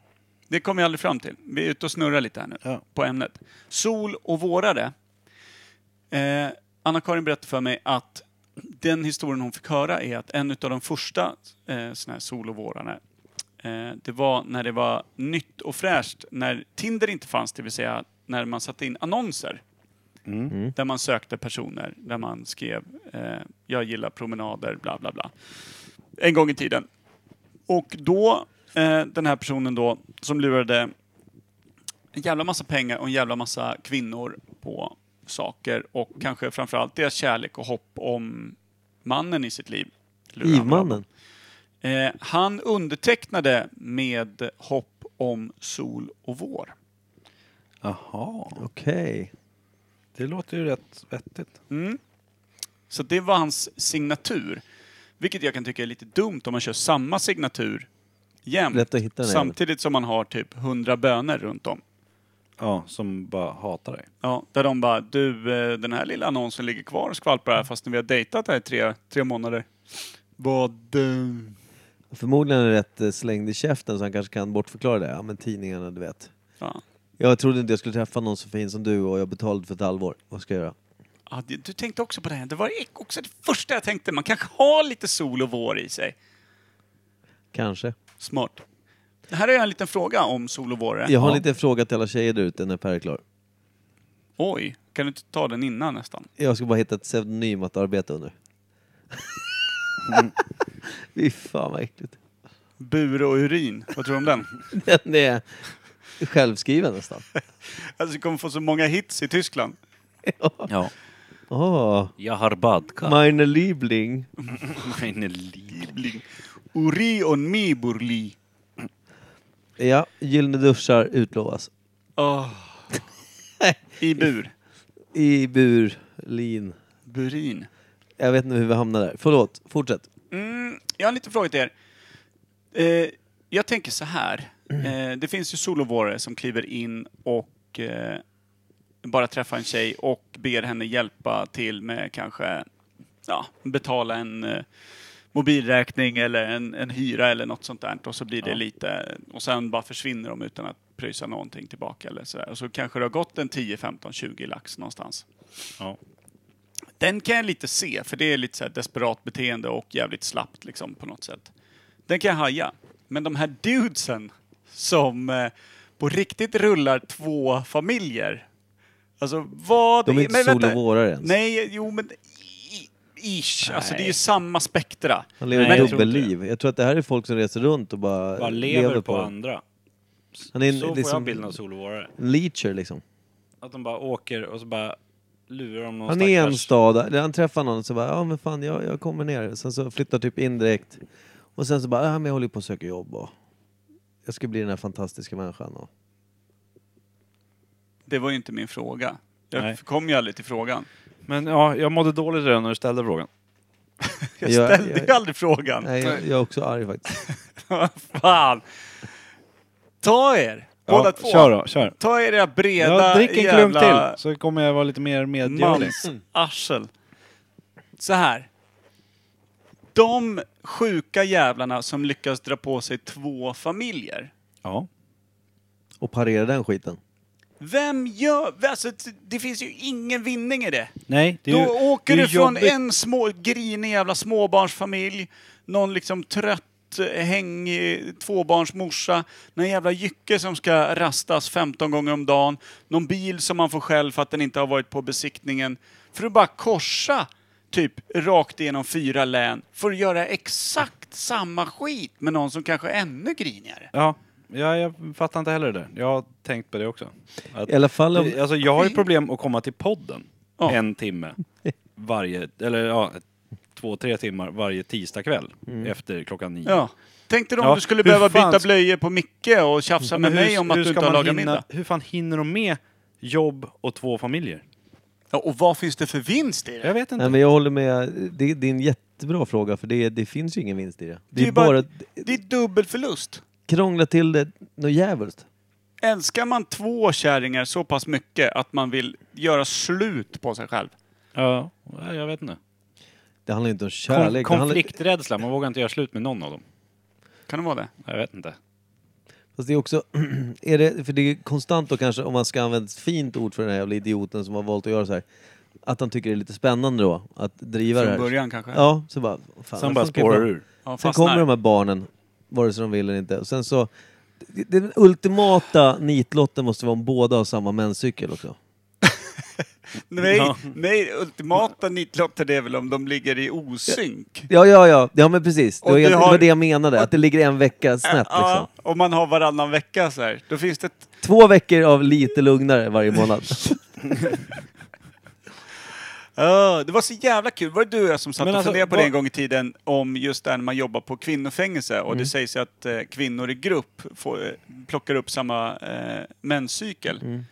C: Det kommer jag aldrig fram till. Vi är ute och snurrar lite här nu
A: Ja.
C: på ämnet. Sol och vårare. Eh, Anna-Karin berättade för mig att den historien hon fick höra är att en av de första eh, såna här sol och vårarna, eh, det var när det var nytt och fräscht, när Tinder inte fanns, det vill säga när man satte in annonser. Där man sökte personer, där man skrev eh, jag gillar promenader, bla bla bla. En gång i tiden. Och då, eh, den här personen då, som lurade en jävla massa pengar och en jävla massa kvinnor på saker och kanske framförallt deras kärlek och hopp om mannen i sitt liv. Lurade han dem.
B: Ivmannen.
C: Eh, han undertecknade med hopp om sol och vår.
A: Jaha.
B: Okej.
A: Det låter ju rätt vettigt.
C: Så det var hans signatur. Vilket jag kan tycka är lite dumt om man kör samma signatur jämt.
B: lätt att hitta den här.
C: Samtidigt som man har typ 100 böner runt om.
A: Ja, som bara hatar dig.
C: Ja, där de bara, du eh, den här lilla annonsen ligger kvar och skvalpar här fastän vi har dejtat här i tre, tre månader. Vad... eh,
B: Förmodligen är det rätt eh, slängd i käften så han kanske kan bortförklara det. Ja men tidningarna, du vet.
C: Ja.
B: Jag trodde inte jag skulle träffa någon så fin som du och jag betalade för ett halvår. Vad ska jag göra?
C: Ja, det- du tänkte också på det här. Det var också det första jag tänkte. Man kanske har lite sol och vår i sig.
B: Kanske.
C: Smart. Här har jag en liten fråga om sol och vår.
B: Jag har en liten fråga till alla tjejer där ute när Per är klar.
C: Oj, kan du inte ta den innan nästan?
B: Jag ska bara hitta ett pseudonym att arbeta under. Fy fan vad äckligt.
C: Bure och urin, vad tror du om den?
B: Den är självskriven nästan.
C: Alltså, du kommer få så många hits i Tyskland.
A: Ja.
B: Åh,
A: Jag har badkar.
B: Meine Liebling.
A: Meine Liebe.
C: Uri och Miburli.
B: Ja, Gyllene duschar utlovas.
C: Oh. I bur.
B: I burlin.
C: Burin.
B: Jag vet inte hur vi hamnar där. Förlåt, fortsätt.
C: Mm, jag har en liten fråga till er. Eh, jag tänker så här. Eh, det finns ju solovårare som kliver in och eh, bara träffar en tjej och ber henne hjälpa till med kanske ja, betala en eh, mobilräkning eller en, en hyra eller något sånt där. Och så blir det lite... Och sen bara försvinner de utan att pröjsa någonting tillbaka eller sådär. Och så kanske det har gått en 10, 15, 20 lax någonstans.
A: Ja.
C: Den kan jag lite se, för det är lite så här desperat beteende och jävligt slappt liksom på något sätt. Den kan jag haja. Men de här dudesen som eh, på riktigt rullar två familjer. Alltså vad...
B: De är inte
C: men vänta.
B: sol och vårar ens.
C: Nej, jo men... i- Ish, alltså det är ju samma spektra.
B: Han lever
A: Nej, jag tror inte
B: dubbelliv. Jag, tror att det här är folk som reser runt och bara,
A: Bara lever, på,
B: den.
A: andra.
B: Han är en,
A: så får
B: liksom,
A: jag bilden av solovårare.
B: en leecher liksom.
A: Att de bara åker och så bara lurar de någon
B: Han är en
A: stackars-
B: stad, eller han träffar någon och så bara ja men fan jag, jag kommer ner. Sen så flyttar typ in direkt. Och sen så bara ja men jag håller på att söka jobb och jag ska bli den här fantastiska människan. Och...
C: Det var ju inte min fråga. Jag
A: Nej.
C: kom ju aldrig till frågan.
A: Men ja, jag mådde dåligt redan när du ställde frågan.
C: Jag
B: Jag-
C: ställde
B: jag-
C: ju aldrig frågan.
B: Nej, jag, jag är också arg faktiskt.
C: Fan! Ta er! Båda två.
A: Kör då, kör.
C: Ta er era breda
A: Jag dricker en klunk
C: jävla
A: till så kommer jag vara lite mer medgörlig.
C: mansarsel. Så här. De sjuka jävlarna som lyckas dra på sig två familjer.
A: Ja.
B: Och parera den skiten.
C: Vem gör... Alltså, det finns ju ingen vinning i det.
A: Nej, det är ju,
C: Då åker
A: det är
C: du från
A: jobbigt.
C: en små, grinig jävla småbarnsfamilj, någon liksom trött, eh, hängig tvåbarnsmorsa, någon jävla jycke som ska rastas 15 gånger om dagen, någon bil som man får själv för att den inte har varit på besiktningen. För att bara korsa typ rakt igenom fyra län för att göra exakt samma skit med någon som kanske är ännu grinigare.
A: Ja, ja, jag fattar inte heller det där. Jag har tänkt på det också. Att,
B: I alla fall om-
A: alltså, jag har ju problem att komma till podden
C: Ja.
A: en timme varje, eller ja, två, tre timmar varje tisdag kväll efter klockan nio.
C: Ja. Tänk dig om
A: Ja,
C: du skulle
A: hur
C: behöva
A: fan
C: byta
A: ska-
C: blöjor på Micke och tjafsa med mig om att du
A: ska
C: inte har
A: man
C: lagat
A: hinna,
C: middag.
A: Hur fan hinner de med jobb och två familjer?
C: Ja, och vad finns det för vinst i det?
A: Jag vet inte.
B: Nej, men jag håller med. Det, det är en jättebra fråga för det, det finns ju ingen vinst i det. Det,
C: Det är
B: är
C: ju
B: bara,
C: bara-
B: bara att
C: Det är dubbel förlust.
B: krångla till det något djävulskt.
C: Älskar man två kärringar så pass mycket att man vill göra slut på sig själv?
A: Ja, nej, jag vet inte.
B: Det handlar ju inte
A: Kon
B: om kärlek. det handlar-
A: konflikträdsla, man vågar inte göra slut med någon av dem.
C: Kan det vara det?
A: Jag vet inte.
B: Fast det är också, är det, för det är konstant då kanske, om man ska använda ett fint ord för den här jävla idioten som har valt att göra så här. Att han tycker det är lite spännande då, att driva det
C: Från
B: här.
C: början kanske?
B: Ja, så bara... Fan,
A: Sen
B: det
A: bara
B: funkar ju bra.
A: spårar ur.
C: Ja,
B: Sen
C: fastnar.
B: kommer de här barnen, vare sig de vill eller inte. Och sen så, det, det- den ultimata nitlotten måste vara om båda har samma menscykel också.
C: Nej, nej, ultimata nitlotter det är väl om de ligger i osynk?
B: Ja, ja, ja. Ja, men precis. Det
C: Och
B: var,
C: du
B: egent- det,
C: har-
B: var det jag menade. Att det ligger en vecka snett liksom.
C: Ja, om man har varannan vecka så här. Då finns det ett...
B: Två veckor av lite lugnare varje månad.
C: Ja, det var så jävla kul. Var det du och jag som satt
A: Men
C: och
A: alltså,
C: funderade på
A: vad-
C: det en gång i tiden om just det här när man jobbar på kvinnofängelse
A: Mm.
C: och det sägs att
A: Mm.
C: eh, kvinnor i grupp får, eh, plockar upp samma eh, menscykel.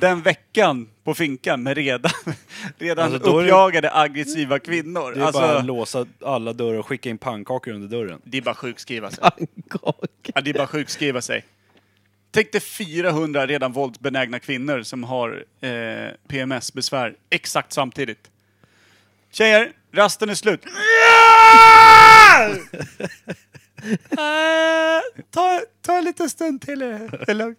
C: den veckan på finkan med redan, redan
A: Alltså, då är det-
C: uppjagade aggressiva kvinnor.
A: Det är
C: alltså,
A: bara att låsa alla dörrar och skicka in pannkakor under dörren.
C: det är bara sjukskriva sig.
B: Pannkaka.
C: Ja, det är bara sjukskriva sig. Tänk dig 400 redan våldsbenägna kvinnor som har eh, PMS-besvär exakt samtidigt. Tjejer, rasten är slut. Eh, ta, ta en liten stund till eh, er. Det är lugnt.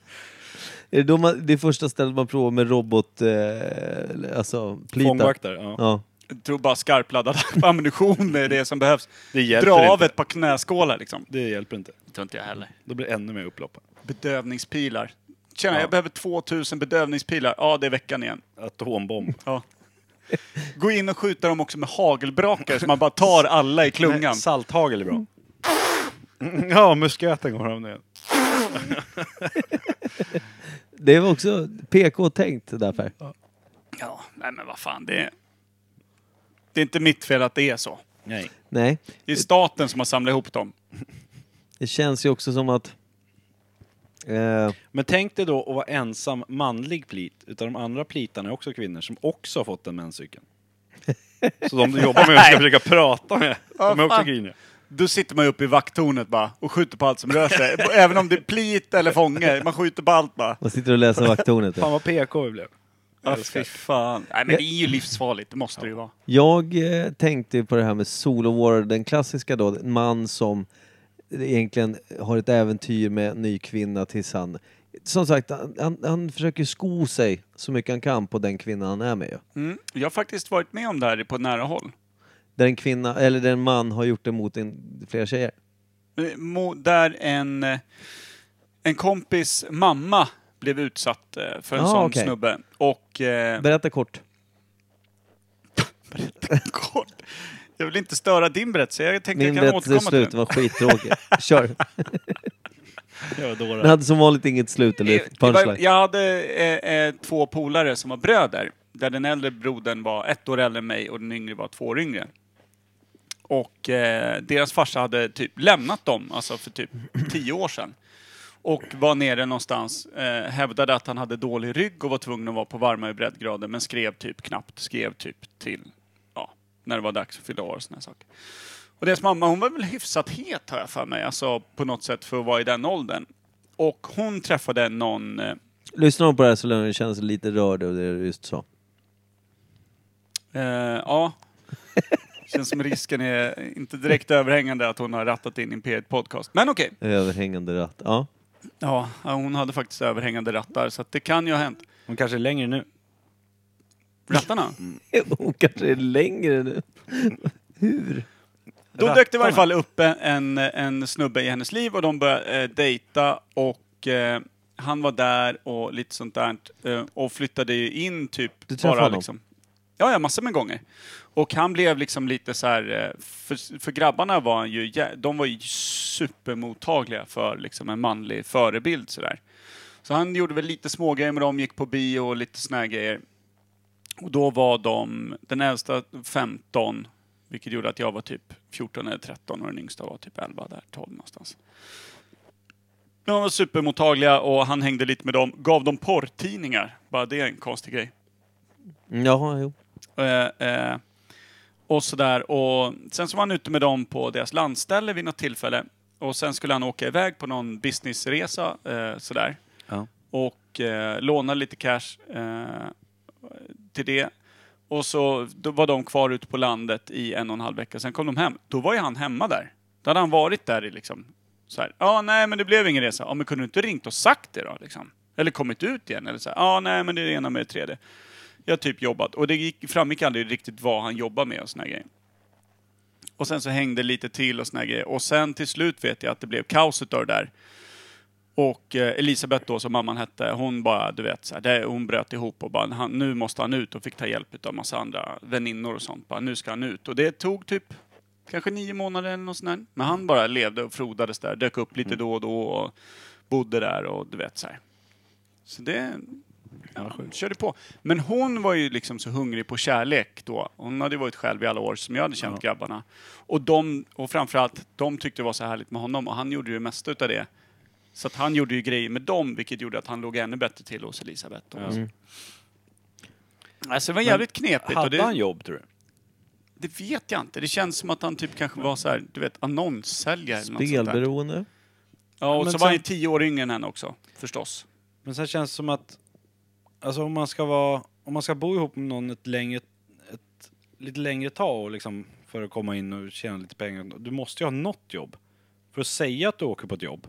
B: Är det, då man, det är första stället man provar med robot... Eh, alltså, plita.
A: Fångvaktar, ja.
B: Ja.
C: Jag tror bara skarpladdad ammunition är det som behövs.
A: Det hjälper
C: Dra av
A: inte.
C: ett par knäskålar liksom.
A: Det hjälper inte.
C: Det tror inte jag heller.
A: Då blir det ännu mer upplopp.
C: Bedövningspilar. Tjena,
A: Ja.
C: jag behöver 2000 bedövningspilar. Ja, det är veckan igen.
A: Atombomb.
C: Ja. Gå in och skjuta dem också med hagelbrakar så man bara tar alla i klungan.
A: Nej, Salthagel är bra. Ja, musköten går om ner.
B: Det var också PK-tänkt där Per.
C: Ja, nej men vad fan, det är... Det är inte mitt fel att det är så.
A: Nej.
B: Nej.
C: Det är staten som har samlat ihop dem.
B: Det känns ju också som att... Eh,
A: Men tänk dig då att vara ensam manlig plit. Utav de andra plitarna är också kvinnor som också har fått en menscykel. Så de du jobbar med och ska försöka prata med, de är också
C: fan.
A: griniga.
C: Då sitter man ju uppe i vakttornet bara och skjuter på allt som rör sig. Även om det är plit eller fånge, man skjuter på allt bara.
B: man sitter och läser vakttornet.
A: Fan vad PK vi blev.
C: Ja, fy fan. Nej men det är ju livsfarligt, det måste det ju vara.
B: Jag eh, tänkte ju på det här med Solo War, den klassiska då, en man som egentligen har ett äventyr med en ny kvinna tills han... Som sagt, han, han, han försöker sko sig så mycket han kan på den kvinna han är med ju.
C: Mm. Jag har faktiskt varit med om det här på nära håll.
B: Där en kvinna, eller där en man har gjort det mot en, flera tjejer.
C: Eh, mo- Där en, eh, en kompis mamma blev utsatt eh, för en
B: Ah,
C: sån
B: okej.
C: snubbe. Och... Eh,
B: Berätta kort.
C: kort. Jag vill inte störa din berättelse, jag tänkte
B: Min
C: jag kan
B: berättelse
C: återkomma till
B: slut
C: den.
B: var skittråkig. Kör!
A: Jag var
B: Den
A: dårar.
B: hade som vanligt inget slut eller
C: Eh, det var-
B: punchline.
C: Jag hade eh, eh, två polare som var bröder. Där den äldre brodern var ett år äldre än mig och den yngre var två år yngre. Och eh, deras farsa hade typ lämnat dem, alltså för typ tio år sedan. Och var nere någonstans, eh, hävdade att han hade dålig rygg och var tvungen att vara på varmare breddgrader men skrev typ knappt, skrev typ till, ja, när det var dags att fylla år och såna här saker. Och deras mamma, hon var väl hyfsat het har jag för mig, alltså på något sätt för att vara i den åldern. Och hon träffade någon, eh,
B: Lyssnar hon på det här så länge du känns lite rörd över det du just sa.
C: eh, ja, känns som risken är inte direkt överhängande att hon har rattat in Imperiet Podcast. Men okej,
B: Överhängande ratt. Ja.
C: ja, hon hade faktiskt överhängande rattar så att det kan ju ha hänt.
A: De kanske är längre nu.
C: Rattarna?
B: Hon kanske är längre nu. Hur?
C: Då dök det i varje fall upp en, en snubbe i hennes liv och de började eh, dejta och eh, han var där och lite sånt där eh, och flyttade ju in typ
B: Du träffade honom?
C: Ja, ja, massor med gånger. Och han blev liksom lite så här, eh, för, för grabbarna var han ju, jä- de var ju supermottagliga för liksom en manlig förebild sådär. Så han gjorde väl lite smågrejer med dem, gick på bio och lite såna här grejer. Och då var de, den äldsta 15, vilket gjorde att jag var typ 14 eller 13 och den yngsta var typ 11, där 12 någonstans. De var supermottagliga och han hängde lite med dem, gav dem porrtidningar. Bara det är en konstig grej.
B: Jaha, jo.
C: Eh, eh, och sådär. Och sen så var han ute med dem på deras landställe vid något tillfälle. Och sen skulle han åka iväg på någon businessresa eh, sådär.
A: Ja.
C: Och eh, lånade lite cash eh, till det. Och så då var de kvar ute på landet i en och en halv vecka. Sen kom de hem. Då var ju han hemma där. Då hade han varit där i liksom så här. Ja, nej, men det blev ingen resa. Ja, men kunde du inte ringt och sagt det då liksom? Eller kommit ut igen? Eller så här. Ja, nej, men det är det ena med det tredje. Jag har typ jobbat. Och det gick, framgick aldrig riktigt vad han jobbar med och såna här grejer. Och sen så hängde lite till och såna här grejer. Och sen till slut vet jag att det blev kaoset av det där. Och eh, Elisabeth då, som mamman hette, hon bara, du vet, så här, det, hon bröt ihop och bara, han, nu måste han ut och fick ta hjälp av massa andra väninnor och sånt. Bara, nu ska han ut. Och det tog typ kanske nio månader eller något sånt där. Men han bara levde och frodades där, dök upp lite då och då och bodde där och du vet så här. Så det ja, körde på. Men hon var ju liksom så hungrig på kärlek då. Hon hade ju varit själv i alla år som jag hade känt grabbarna. Och, de, och framförallt, de tyckte det var så härligt med honom och han gjorde ju det mesta utav det Så att han gjorde ju grejer med dem, vilket gjorde att han låg ännu bättre till hos Elisabeth. då.
A: Mm.
C: Alltså det var jävligt knepigt. Och
A: Hade han
C: det,
A: jobb tror du?
C: det vet jag inte. Det känns som att han typ kanske var så här, du vet, annonssäljare eller något sånt där.
B: Spelberoende.
C: Ja, och
A: Men
C: så var han
A: sen-
C: ju tio år yngre än henne också, förstås.
A: Men sen känns det som att, alltså om man ska vara, om man ska bo ihop med någon ett längre, ett lite längre tag och liksom för att komma in och tjäna lite pengar. Du måste ju ha något jobb. För att säga att du åker på ett jobb.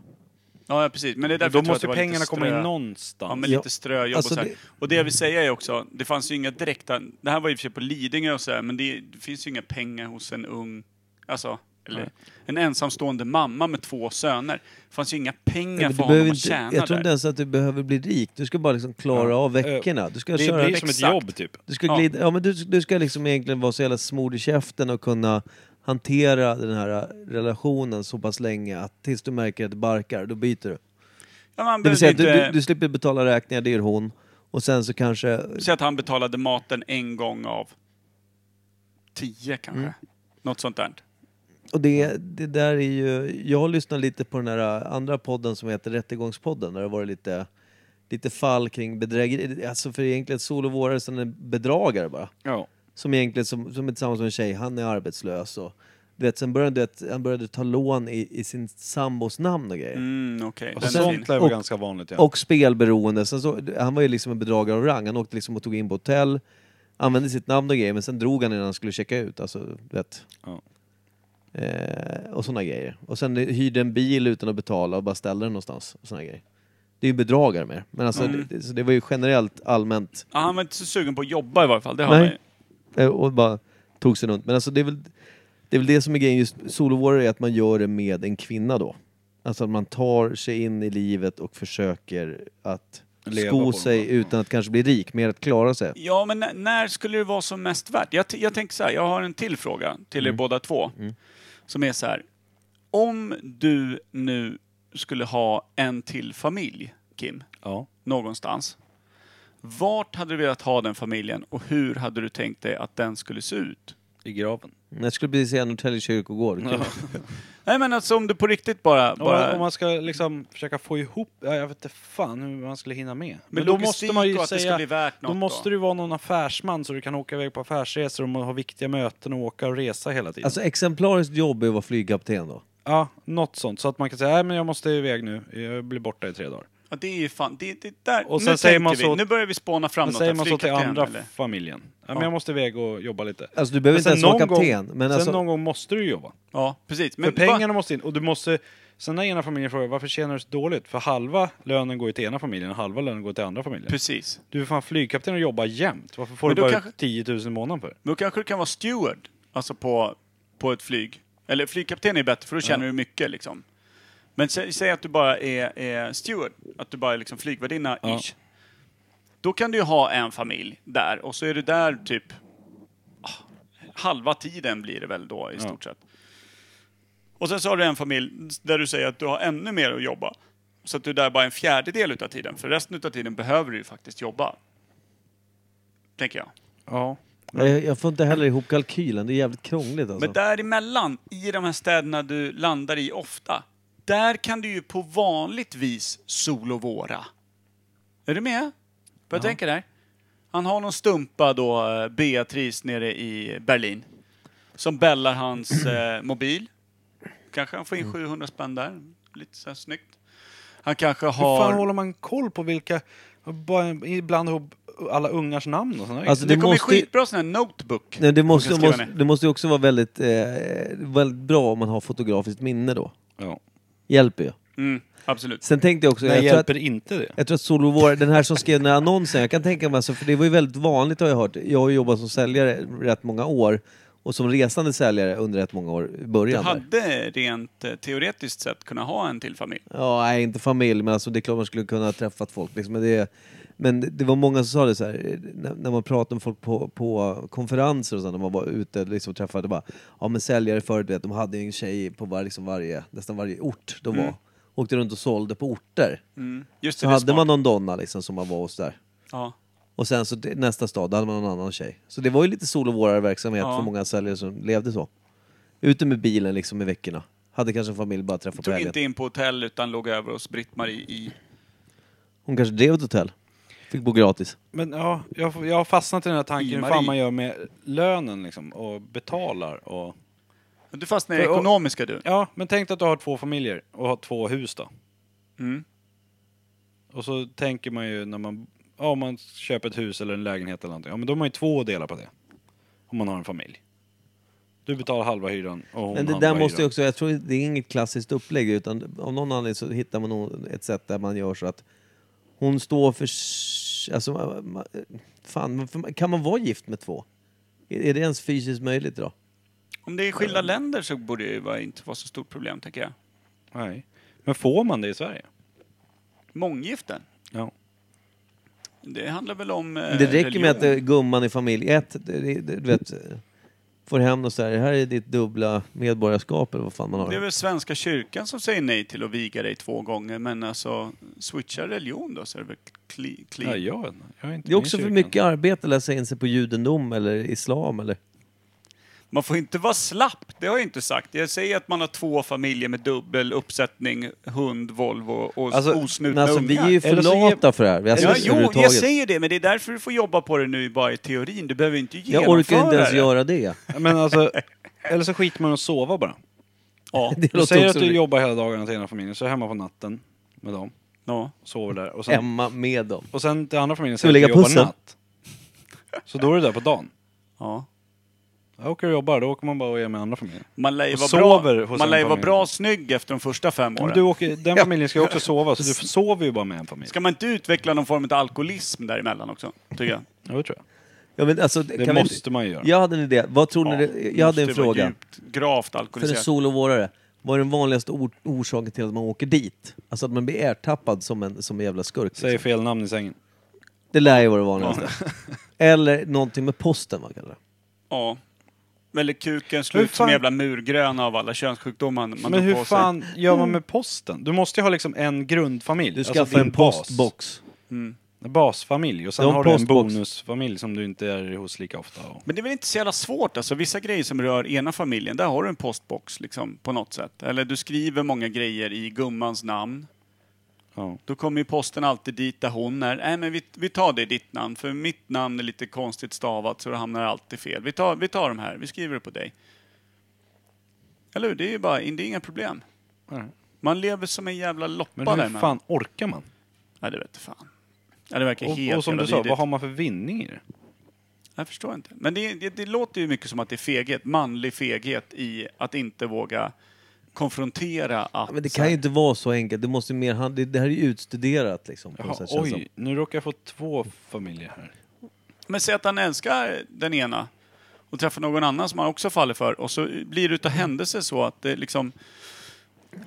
C: Ja, ja, precis. Men det är därför
A: Då
C: jag tror att
A: måste
C: det var lite
A: pengarna komma
C: strö.
A: in
C: Ja,
A: någonstans.
C: men
B: Ja.
C: lite ströjobb
B: Alltså,
C: och så här.
B: det-
C: Och det jag vill säga är också, att det fanns ju inga direkta... Det här var i och för sig på Lidingö och så här, men det, det finns ju inga pengar hos en ung... Alltså, eller en ensamstående mamma med två söner. Det fanns ju inga pengar
B: Du
C: för honom
B: behöver
C: att
B: inte,
C: tjäna
B: jag tror
C: där.
B: inte ens att du behöver bli rik. Du ska bara liksom klara
A: Ja.
B: av veckorna. Du ska
A: det
B: köra...
A: blir som ett
C: Exakt.
A: jobb typ.
B: Du ska,
C: Ja.
B: glida, ja. men du, du ska liksom egentligen vara så jävla smord i käften och kunna hantera den här äh, relationen så pass länge att tills du märker att det barkar, då byter du.
C: Ja, man
B: Det vill säga att du,
C: behövde
B: du,
C: inte
B: du slipper betala räkningar, det gör hon. Och sen så kanske...
C: säga att han betalade maten en gång av tio kanske.
B: Mm.
C: Något sånt där.
B: Och det, det där är ju... Jag lyssnar lite på den här äh, andra podden som heter Rättegångspodden, där det har varit lite, lite fall kring bedrägeri. Alltså för egentligen Sol och Vårare som en bedragare bara.
A: Ja.
B: Som egentligen som, som är tillsammans med en tjej, han är arbetslös och du vet, sen började du vet, han började ta lån i, i sin sambos namn och grejer.
C: Mm, okej.
A: Och
C: Den är fin.
A: sånt lär vara
B: Och-
A: ganska vanligt ja.
B: Och spelberoende. Sen så, han var ju liksom en bedragare av rang. Han åkte liksom och tog in på hotell, använde sitt namn och grejer, men sen drog han innan han skulle checka ut. Alltså, du vet.
A: Ja.
B: Eh, och sådana grejer. Och sen hyrde en bil utan att betala och bara ställde den någonstans. Och såna grejer. Det är ju bedragare mer. Men alltså,
A: Mm.
B: det, så det var ju generellt allmänt
C: Ja, han var inte så sugen på att jobba i varje fall. Det har
B: Nej.
C: han ju.
B: Eh, och bara tog sig runt. Men alltså det är väl det, är väl det som är grejen just solovårdare är att man gör det med en kvinna då. Alltså att man tar sig in i livet och försöker att
A: Leva på
B: sko
A: den,
B: sig
A: ja.
B: utan att kanske bli rik, mer att klara sig.
C: Ja, men när, när skulle det vara som mest värt? Jag, t- jag tänker så här, jag har en till fråga till
A: Mm.
C: er båda två. Som är så här. Om du nu skulle ha en till familj, Kim,
A: ja.
C: någonstans. Vart hade du velat ha den familjen och hur hade du tänkt dig att den skulle se ut?
A: I graven.
B: Jag skulle precis säga Norrtälje kyrkogård.
C: Nej men alltså om du på riktigt bara... bara
A: Om man ska liksom försöka få ihop, ja, jag vet inte fan hur man skulle hinna med.
C: Men logistik och att det ska bli värt något
A: då måste
C: då.
A: du vara någon affärsman så du kan åka iväg på affärsresor och ha viktiga möten och åka och resa hela tiden.
B: Alltså exemplariskt jobb är att vara flygkapten då.
A: Ja, något sånt. Så att man kan säga, nej men jag måste iväg nu, jag blir borta i tre dagar.
C: ja, det är ju fan... Det, det där,
A: Och sen
C: nu tänker
A: säger man
C: vi.
A: så-
C: nu börjar vi spåna fram
A: Då
C: något.
A: säger
C: här.
A: man så till
C: Flygkapten
A: andra
C: eller-
A: familjen. Ja, men jag måste iväg och jobba lite.
B: Alltså du behöver inte
A: sen
B: ens vara
A: någon gång-
B: kapten. Men
A: sen
B: alltså,
A: någon gång måste du jobba.
C: Ja, precis.
A: För
C: Men va-
A: pengarna måste in. Och du måste... Sen när ena familjen frågar varför tjänar du så dåligt? För halva lönen går ju till ena familjen och halva lönen går till andra familjen.
C: Precis.
A: Du är fan flygkapten och jobbar jämt. Varför får
C: Men
A: du
C: då
A: bara
C: kanske-
A: ut 10 000 i månaden för?
C: Men då kanske du kan vara steward, alltså på, på ett flyg. Eller flygkapten är bättre för då tjänar du mycket liksom. Men sä, säg att du bara är, är steward, att du bara är liksom flygvärdinna
A: Ja.
C: ish. Då kan du ju ha en familj där och så är du där typ ah, halva tiden blir det väl då i stort sett. Och sen så har du en familj där du säger att du har ännu mer att jobba. Så att du är där bara en fjärdedel utav tiden. För resten utav tiden behöver du ju faktiskt jobba. Tänker jag.
A: Ja.
B: jag, jag får inte heller ihop kalkylen, det är jävligt krångligt alltså.
C: Men däremellan, i de här städerna du landar i ofta, där kan du ju på vanligt vis solovåra. Är du med? Vad jag tänker där? Han har någon stumpa då, eh, Beatrice nere i Berlin, som bällar hans eh, mobil. Kanske han får
B: Mm.
C: in 700 spänn där. Lite så här snyggt. Han kanske
A: Hur
C: har...
A: fan håller man koll på vilka... Bara ibland ihop alla ungars namn och sådana
B: Alltså,
C: det
B: det
C: kommer
B: måste-
C: skitbra sån här notebook.
B: Nej, det, måste,
C: Man kan skriva
B: måste,
C: ner.
B: det måste ju också vara väldigt, eh, väldigt bra om man har fotografiskt minne då.
A: Ja.
B: Hjälper ju.
C: Mm, absolut.
B: Sen tänkte jag också...
A: Nej,
B: jag tror att-
A: hjälper inte det?
B: Jag tror att Solovårare, den här som skrev den här annonsen, jag kan tänka mig, alltså, för det var ju väldigt vanligt har jag hört. Jag har ju jobbat som säljare rätt många år och som resande säljare under rätt många år i
C: Du
B: början. där.
C: hade rent eh, teoretiskt sett kunnat ha en till familj.
B: Ja, nej, inte familj, men alltså, det är klart man skulle kunna ha träffat folk. Liksom, men, det, men det var många som sa det så här, eh, när, när man pratade med folk på, på konferenser och så, när man var ute liksom, och träffade, bara, ja men säljare förut, du vet, de hade ju en tjej på var, liksom, varje, nästan varje ort de var. Åkte runt och sålde på orter.
C: Mm, Just Mm. det,
B: Så
C: det är
B: hade
C: smart.
B: man någon donna liksom, som man var hos där.
C: Ja.
B: Och sen så till nästa stad, då hade man någon annan tjej. Så det var ju lite sol och vårarverksamhet
C: Ja.
B: för många säljare som levde så. Ute med bilen liksom i veckorna. Hade kanske en familj bara träffat på
C: Tog
B: helgen.
C: inte in på hotell utan låg över hos Britt-Marie i...
B: Hon kanske drev ett hotell. Fick bo gratis.
A: Men ja, jag, får- jag har fastnat i den här tanken hur fan
C: Marie.
A: man gör med lönen liksom och betalar och...
C: Du fastnade i
A: För- och-
C: ekonomiska du.
A: Ja, men tänk dig att du har två familjer och har två hus då.
C: Mm.
A: Och så tänker man ju när man, ja, om man köper ett hus eller en lägenhet eller någonting, ja men då har man ju två delar på det. Om man har en familj. Du betalar halva hyran och hon
B: Men det
A: halva
B: där måste ju
A: hyran.
B: också, jag tror det är inget klassiskt upplägg utan av någon anledning så hittar man nog ett sätt där man gör så att hon står för... s- Alltså, ma- ma- fan, varför ma- kan man vara gift med två? Är är det ens fysiskt möjligt då?
C: Om det är skilda länder så borde det ju vara- inte vara så stort problem, tänker jag.
A: Nej. Men får man det i Sverige?
C: Månggifte?
A: Ja.
C: Det handlar väl om eh,
B: Men det räcker med att
C: religion.
B: eh, gumman i familj 1, du vet, eh, får hem och så här, här är ditt dubbla medborgarskap eller vad fan man
C: Det är
B: har.
C: väl Svenska kyrkan som säger nej till att viga dig två gånger, men alltså switcha religion då så är det väl clean.
A: Ja, jag, vet inte. jag är inte med
B: Det är
A: i
B: också för
A: kyrkan.
B: mycket arbete att läsa in sig på judendom eller islam eller...
C: Man får inte vara slapp, det har jag inte sagt. Jag säger att man har två familjer med dubbel uppsättning, hund, Volvo och
A: Alltså,
B: Men
C: osnutna
B: alltså vi
C: ungar.
B: är ju för
A: Eller så ger-
B: lata för det här. Alltså,
C: Ja, jo, jag
B: överhuvudtaget.
C: säger det, men det är därför du får jobba på det nu bara i teorin. Du behöver inte genomföra
B: Jag orkar inte ens
C: det.
B: göra det.
A: Men alltså, eller så skiter man och sova bara.
C: Ja.
B: Det
A: Du
B: låter
A: säger att
B: också
A: du
B: ri-
A: jobbar hela dagarna till ena familjen, så är du hemma på natten med dem,
C: ja.
A: sover där och sen,
B: Hemma med dem.
A: och sen till andra familjen
B: Ska vi
A: säger att du
B: lägga
A: jobbar
B: pussel?
A: natt. Så då är du där på dagen.
C: ja.
A: Jag åker och jobbar, då åker man bara och är med andra familjen.
C: Man lär ju
A: Och
C: vara
A: sover
C: bra,
A: hos
C: man
A: en
C: lär ju vara
A: familj.
C: bra snygg efter de första fem
A: Men
C: åren.
A: du åker, den familjen ska ju också sova, så du sover ju bara med en familj.
C: Ska man inte utveckla någon form av alkoholism däremellan också, tycker jag?
A: Ja, det tror jag.
B: Ja, men alltså,
A: Det
B: kan vi-
A: måste man ju göra.
B: Jag hade en idé. Vad tror ni?
C: Ja,
B: det- Jag hade en
C: måste ju vara
B: fråga.
C: Djupt, gravt
B: För en
C: alkoholiserad.
B: solovårare. Vad är den vanligaste or orsaken till att man åker dit? Alltså att man blir ertappad som en, som en jävla skurk.
A: Säger
B: Liksom.
A: fel namn i sängen.
B: Det lär ju vara det vanligaste. Eller någonting med posten, vad kallar det.
C: Ja. Eller kuken
A: Hur
C: slår ut som
A: fan-
C: jävla murgrön av alla könssjukdomar man
A: Men
C: drog
A: hur
C: på sig.
A: fan gör man med posten? Du måste ju ha liksom en grundfamilj.
B: Mm. Du
A: alltså
B: skaffar
A: din
B: en postbox.
A: Bas, basfamilj. Och sen
B: Du har en
A: har du en
B: postbox.
A: bonusfamilj som du inte är hos lika ofta. Och...
C: Men det är väl inte så jävla svårt alltså. Vissa grejer som rör ena familjen, där har du en postbox liksom på något sätt. Eller du skriver många grejer i gummans namn.
A: Ja.
C: Då kommer ju posten alltid dit där hon är. Nej men vi, vi tar det i ditt namn, för mitt namn är lite konstigt stavat så det hamnar alltid fel. Vi tar, vi tar de här, vi skriver det på dig. Eller hur? Det är ju bara, det är inga problem.
A: Nej.
C: Man lever som en jävla loppa
A: Men
C: där
A: hur fan orkar man?
C: Ja, det vet fan. Ja, det verkar helt
A: Och, och som
C: jävla
A: du sa,
C: vidrigt.
A: vad har man för vinning i det?
C: Jag förstår inte. Men det, det, det låter ju mycket som att det är feghet, manlig feghet i att inte våga konfrontera att...
B: Men det
C: så här-
B: kan ju inte vara så enkelt. Det, måste ju mer hand... det, det här är ju utstuderat liksom. på
A: Jaha,
B: något sätt, känns det som.
A: oj, nu råkar jag få två familjer här.
C: Men säg att han älskar den ena och träffar någon annan som han också faller för och så blir det utav
B: Mm.
C: händelse så att det liksom...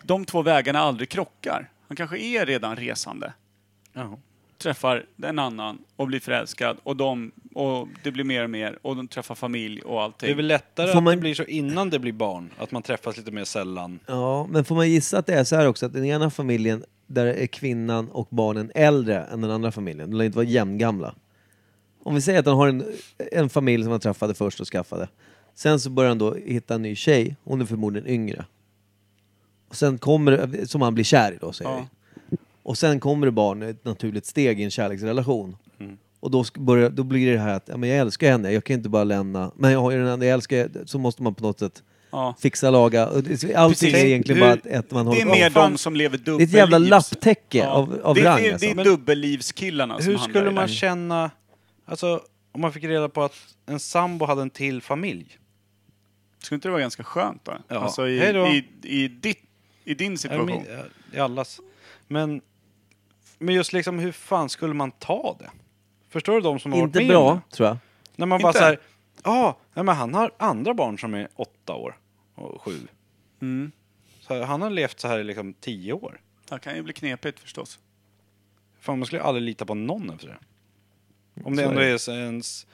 C: De två vägarna aldrig krockar. Han kanske är redan resande.
A: Ja.
C: Träffar en annan och blir förälskad och de... Och det blir mer och mer och de träffar familj och allting.
A: Det är väl lättare
B: Får
A: att det
B: man-
A: blir så innan det blir barn, att man träffas lite mer sällan.
B: Ja, men får man gissa att det är så här också att den ena familjen där är kvinnan och barnen äldre än den andra familjen. De lär inte vara jämngamla. Om vi säger att han har en, en familj som han träffade först och skaffade. Sen så börjar han då hitta en ny tjej. Hon är förmodligen yngre. Och sen kommer det- som han blir kär i då säger
C: Ja.
B: vi. Och sen kommer det barn, ett naturligt steg i en kärleksrelation. Och då, sk- börjar, då blir det här att ja, men jag älskar henne, jag kan inte bara lämna. Men jag har ju den andra jag älskar, så måste man på något sätt
C: Ja.
B: fixa, laga. Och det- Allting är
C: Precis.
B: egentligen
C: Hur-
B: bara att- att man
C: Det
B: håller
C: är
B: på.
C: mer
A: fan.
C: de som lever
B: Det är
C: dubbelliv.
B: ett jävla lapptäcke av, av
C: det,
B: rang
C: det,
B: alltså.
C: det är dubbellivskillarna som
A: Hur
C: handlar
A: skulle
C: i
A: Alltså, man
C: det.
A: känna, alltså om man fick reda på att en sambo hade en till familj?
C: Skulle inte det vara ganska skönt då?
A: Ja.
C: Alltså i,
A: Hej då.
C: i, i, ditt, i din
A: Ja,
C: situation.
A: men- ja, eh, I allas. Men, men just liksom hur fan skulle man ta det? Förstår du de som har
B: Inte
A: varit med om
B: bra,
A: det?
B: tror jag.
A: När man bara
C: Inte?
A: såhär, ja, nej, men han har andra barn som är åtta år och sju. Mm. Så här, han har levt så här i liksom tio år.
C: Det kan ju bli knepigt förstås.
A: Fan, man skulle aldrig lita på någon efter det. Om det
B: Så
A: ändå
B: är
A: är så ens,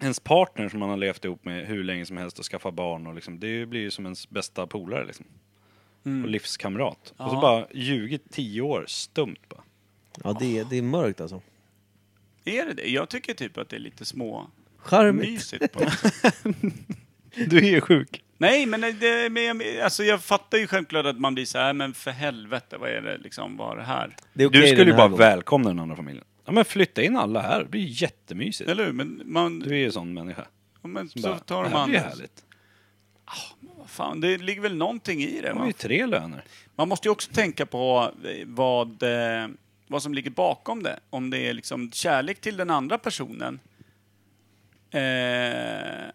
A: ens partner som man har levt ihop med hur länge som helst och skaffa barn och liksom, det blir ju som ens bästa polare liksom. Och livskamrat. Och så
C: Ja.
A: bara ljugit tio år, stumt bara.
B: Ja, det är, det är mörkt alltså.
C: Är det det? Jag tycker typ att det är lite små
B: Charmigt.
C: mysigt på något sätt.
A: Du är ju sjuk.
C: Nej, men, det- det, men jag, alltså, jag fattar ju självklart att man blir så här, men för helvete, vad är det liksom, vad är det här?
B: Det är
A: Du
B: okej den
A: skulle ju
B: här
A: bara
B: gången.
A: välkomna den andra familjen. Ja men flytta in alla här, det blir ju jättemysigt.
C: Eller hur? Men, man,
A: Du är ju en sån människa.
C: men
A: Som
C: så
A: bara,
C: tar de
A: det här blir ju
C: andra.
A: härligt.
C: Fan, det ligger väl någonting i det.
A: De har ju
C: Man,
A: tre löner.
C: man måste ju också tänka på eh, vad, eh, vad som ligger bakom det. Om det är liksom kärlek till den andra personen. Eh,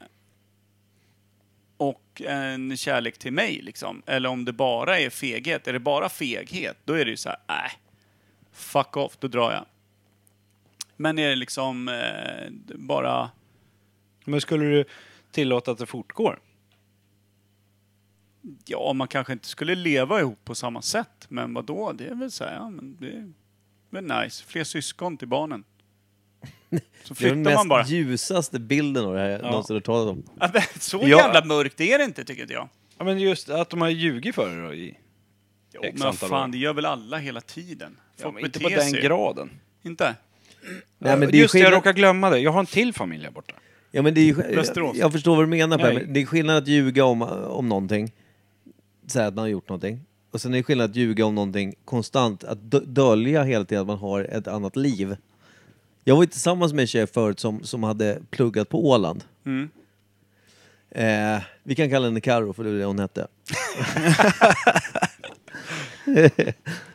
C: och en kärlek till mig liksom. Eller om det bara är feghet. Är det bara feghet, då är det ju så här, nej. Fuck off, då drar jag. Men är det liksom eh, bara...
A: Men skulle du tillåta att det fortgår?
C: Ja, man kanske inte skulle leva ihop på samma sätt, men vad då? Det är väl så här, ja, men det är väl nice. Fler syskon till barnen. Så
B: Det är den
C: flyttar man
B: mest
C: bara.
B: ljusaste bilden av det här jag någonsin hört talas om.
C: Ja, men så
A: Ja.
C: jävla mörkt är det inte, tycker inte jag.
A: Ja men just att de har ljugit för det då i...
C: Jo,
A: X
C: men
A: antal år.
C: fan, det gör väl alla hela tiden?
A: Ja,
C: Folk
A: men inte på
C: beter
A: den
C: sig.
A: graden.
C: Inte?
B: Nej, men det är
A: just det, jag
B: skillnad-
A: råkar glömma det. Jag har en till familj här borta.
B: Ja, men det är, ju-
C: Västerås.
B: Jag förstår vad du menar Per,
A: Nej.
B: men det är skillnad att ljuga om, om någonting, säga att man har gjort någonting, och sen är det skillnad att ljuga om någonting konstant, att dö- dölja hela tiden att man har ett annat liv. Jag var ju tillsammans med en tjej förut som, som hade pluggat på Åland. Eh, vi kan kalla henne Karo för det var det hon hette.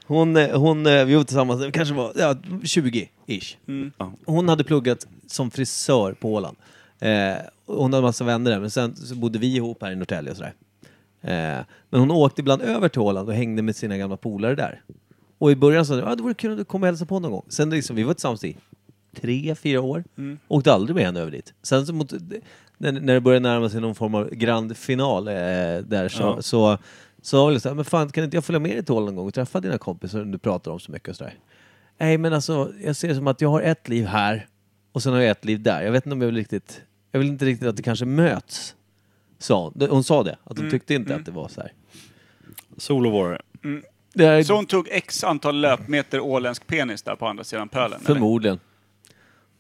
B: hon, eh, hon, eh, vi var tillsammans, det kanske var ja, 20-ish.
A: Ja.
B: Hon hade pluggat som frisör på Åland. Eh, och hon hade massa vänner där, men sen så bodde vi ihop här i Norrtälje och sådär. Eh, men hon åkte ibland över till Åland och hängde med sina gamla polare där. Och i början sa hon ah, det vore kul om du kom och hälsade på någon gång. Sen liksom, vi var tillsammans i tre, fyra år. Åkte aldrig med henne över dit. Sen så mot, när, när det började närma sig någon form av grand final eh, där så,
A: Ja.
B: så så var jag så här, men fan kan inte jag följa med dig till Åland någon gång och träffa dina kompisar som du pratar om så mycket och sådär. Nej men alltså, jag ser det som att jag har ett liv här och sen har jag ett liv där. Jag vet inte om jag vill riktigt, jag vill inte riktigt att det kanske möts. Sa hon. hon sa det, att hon tyckte inte att det var så här.
A: Solovårare.
B: Det här är
C: Så hon tog x antal löpmeter åländsk penis där på andra sidan pölen? eller?
B: förmodligen.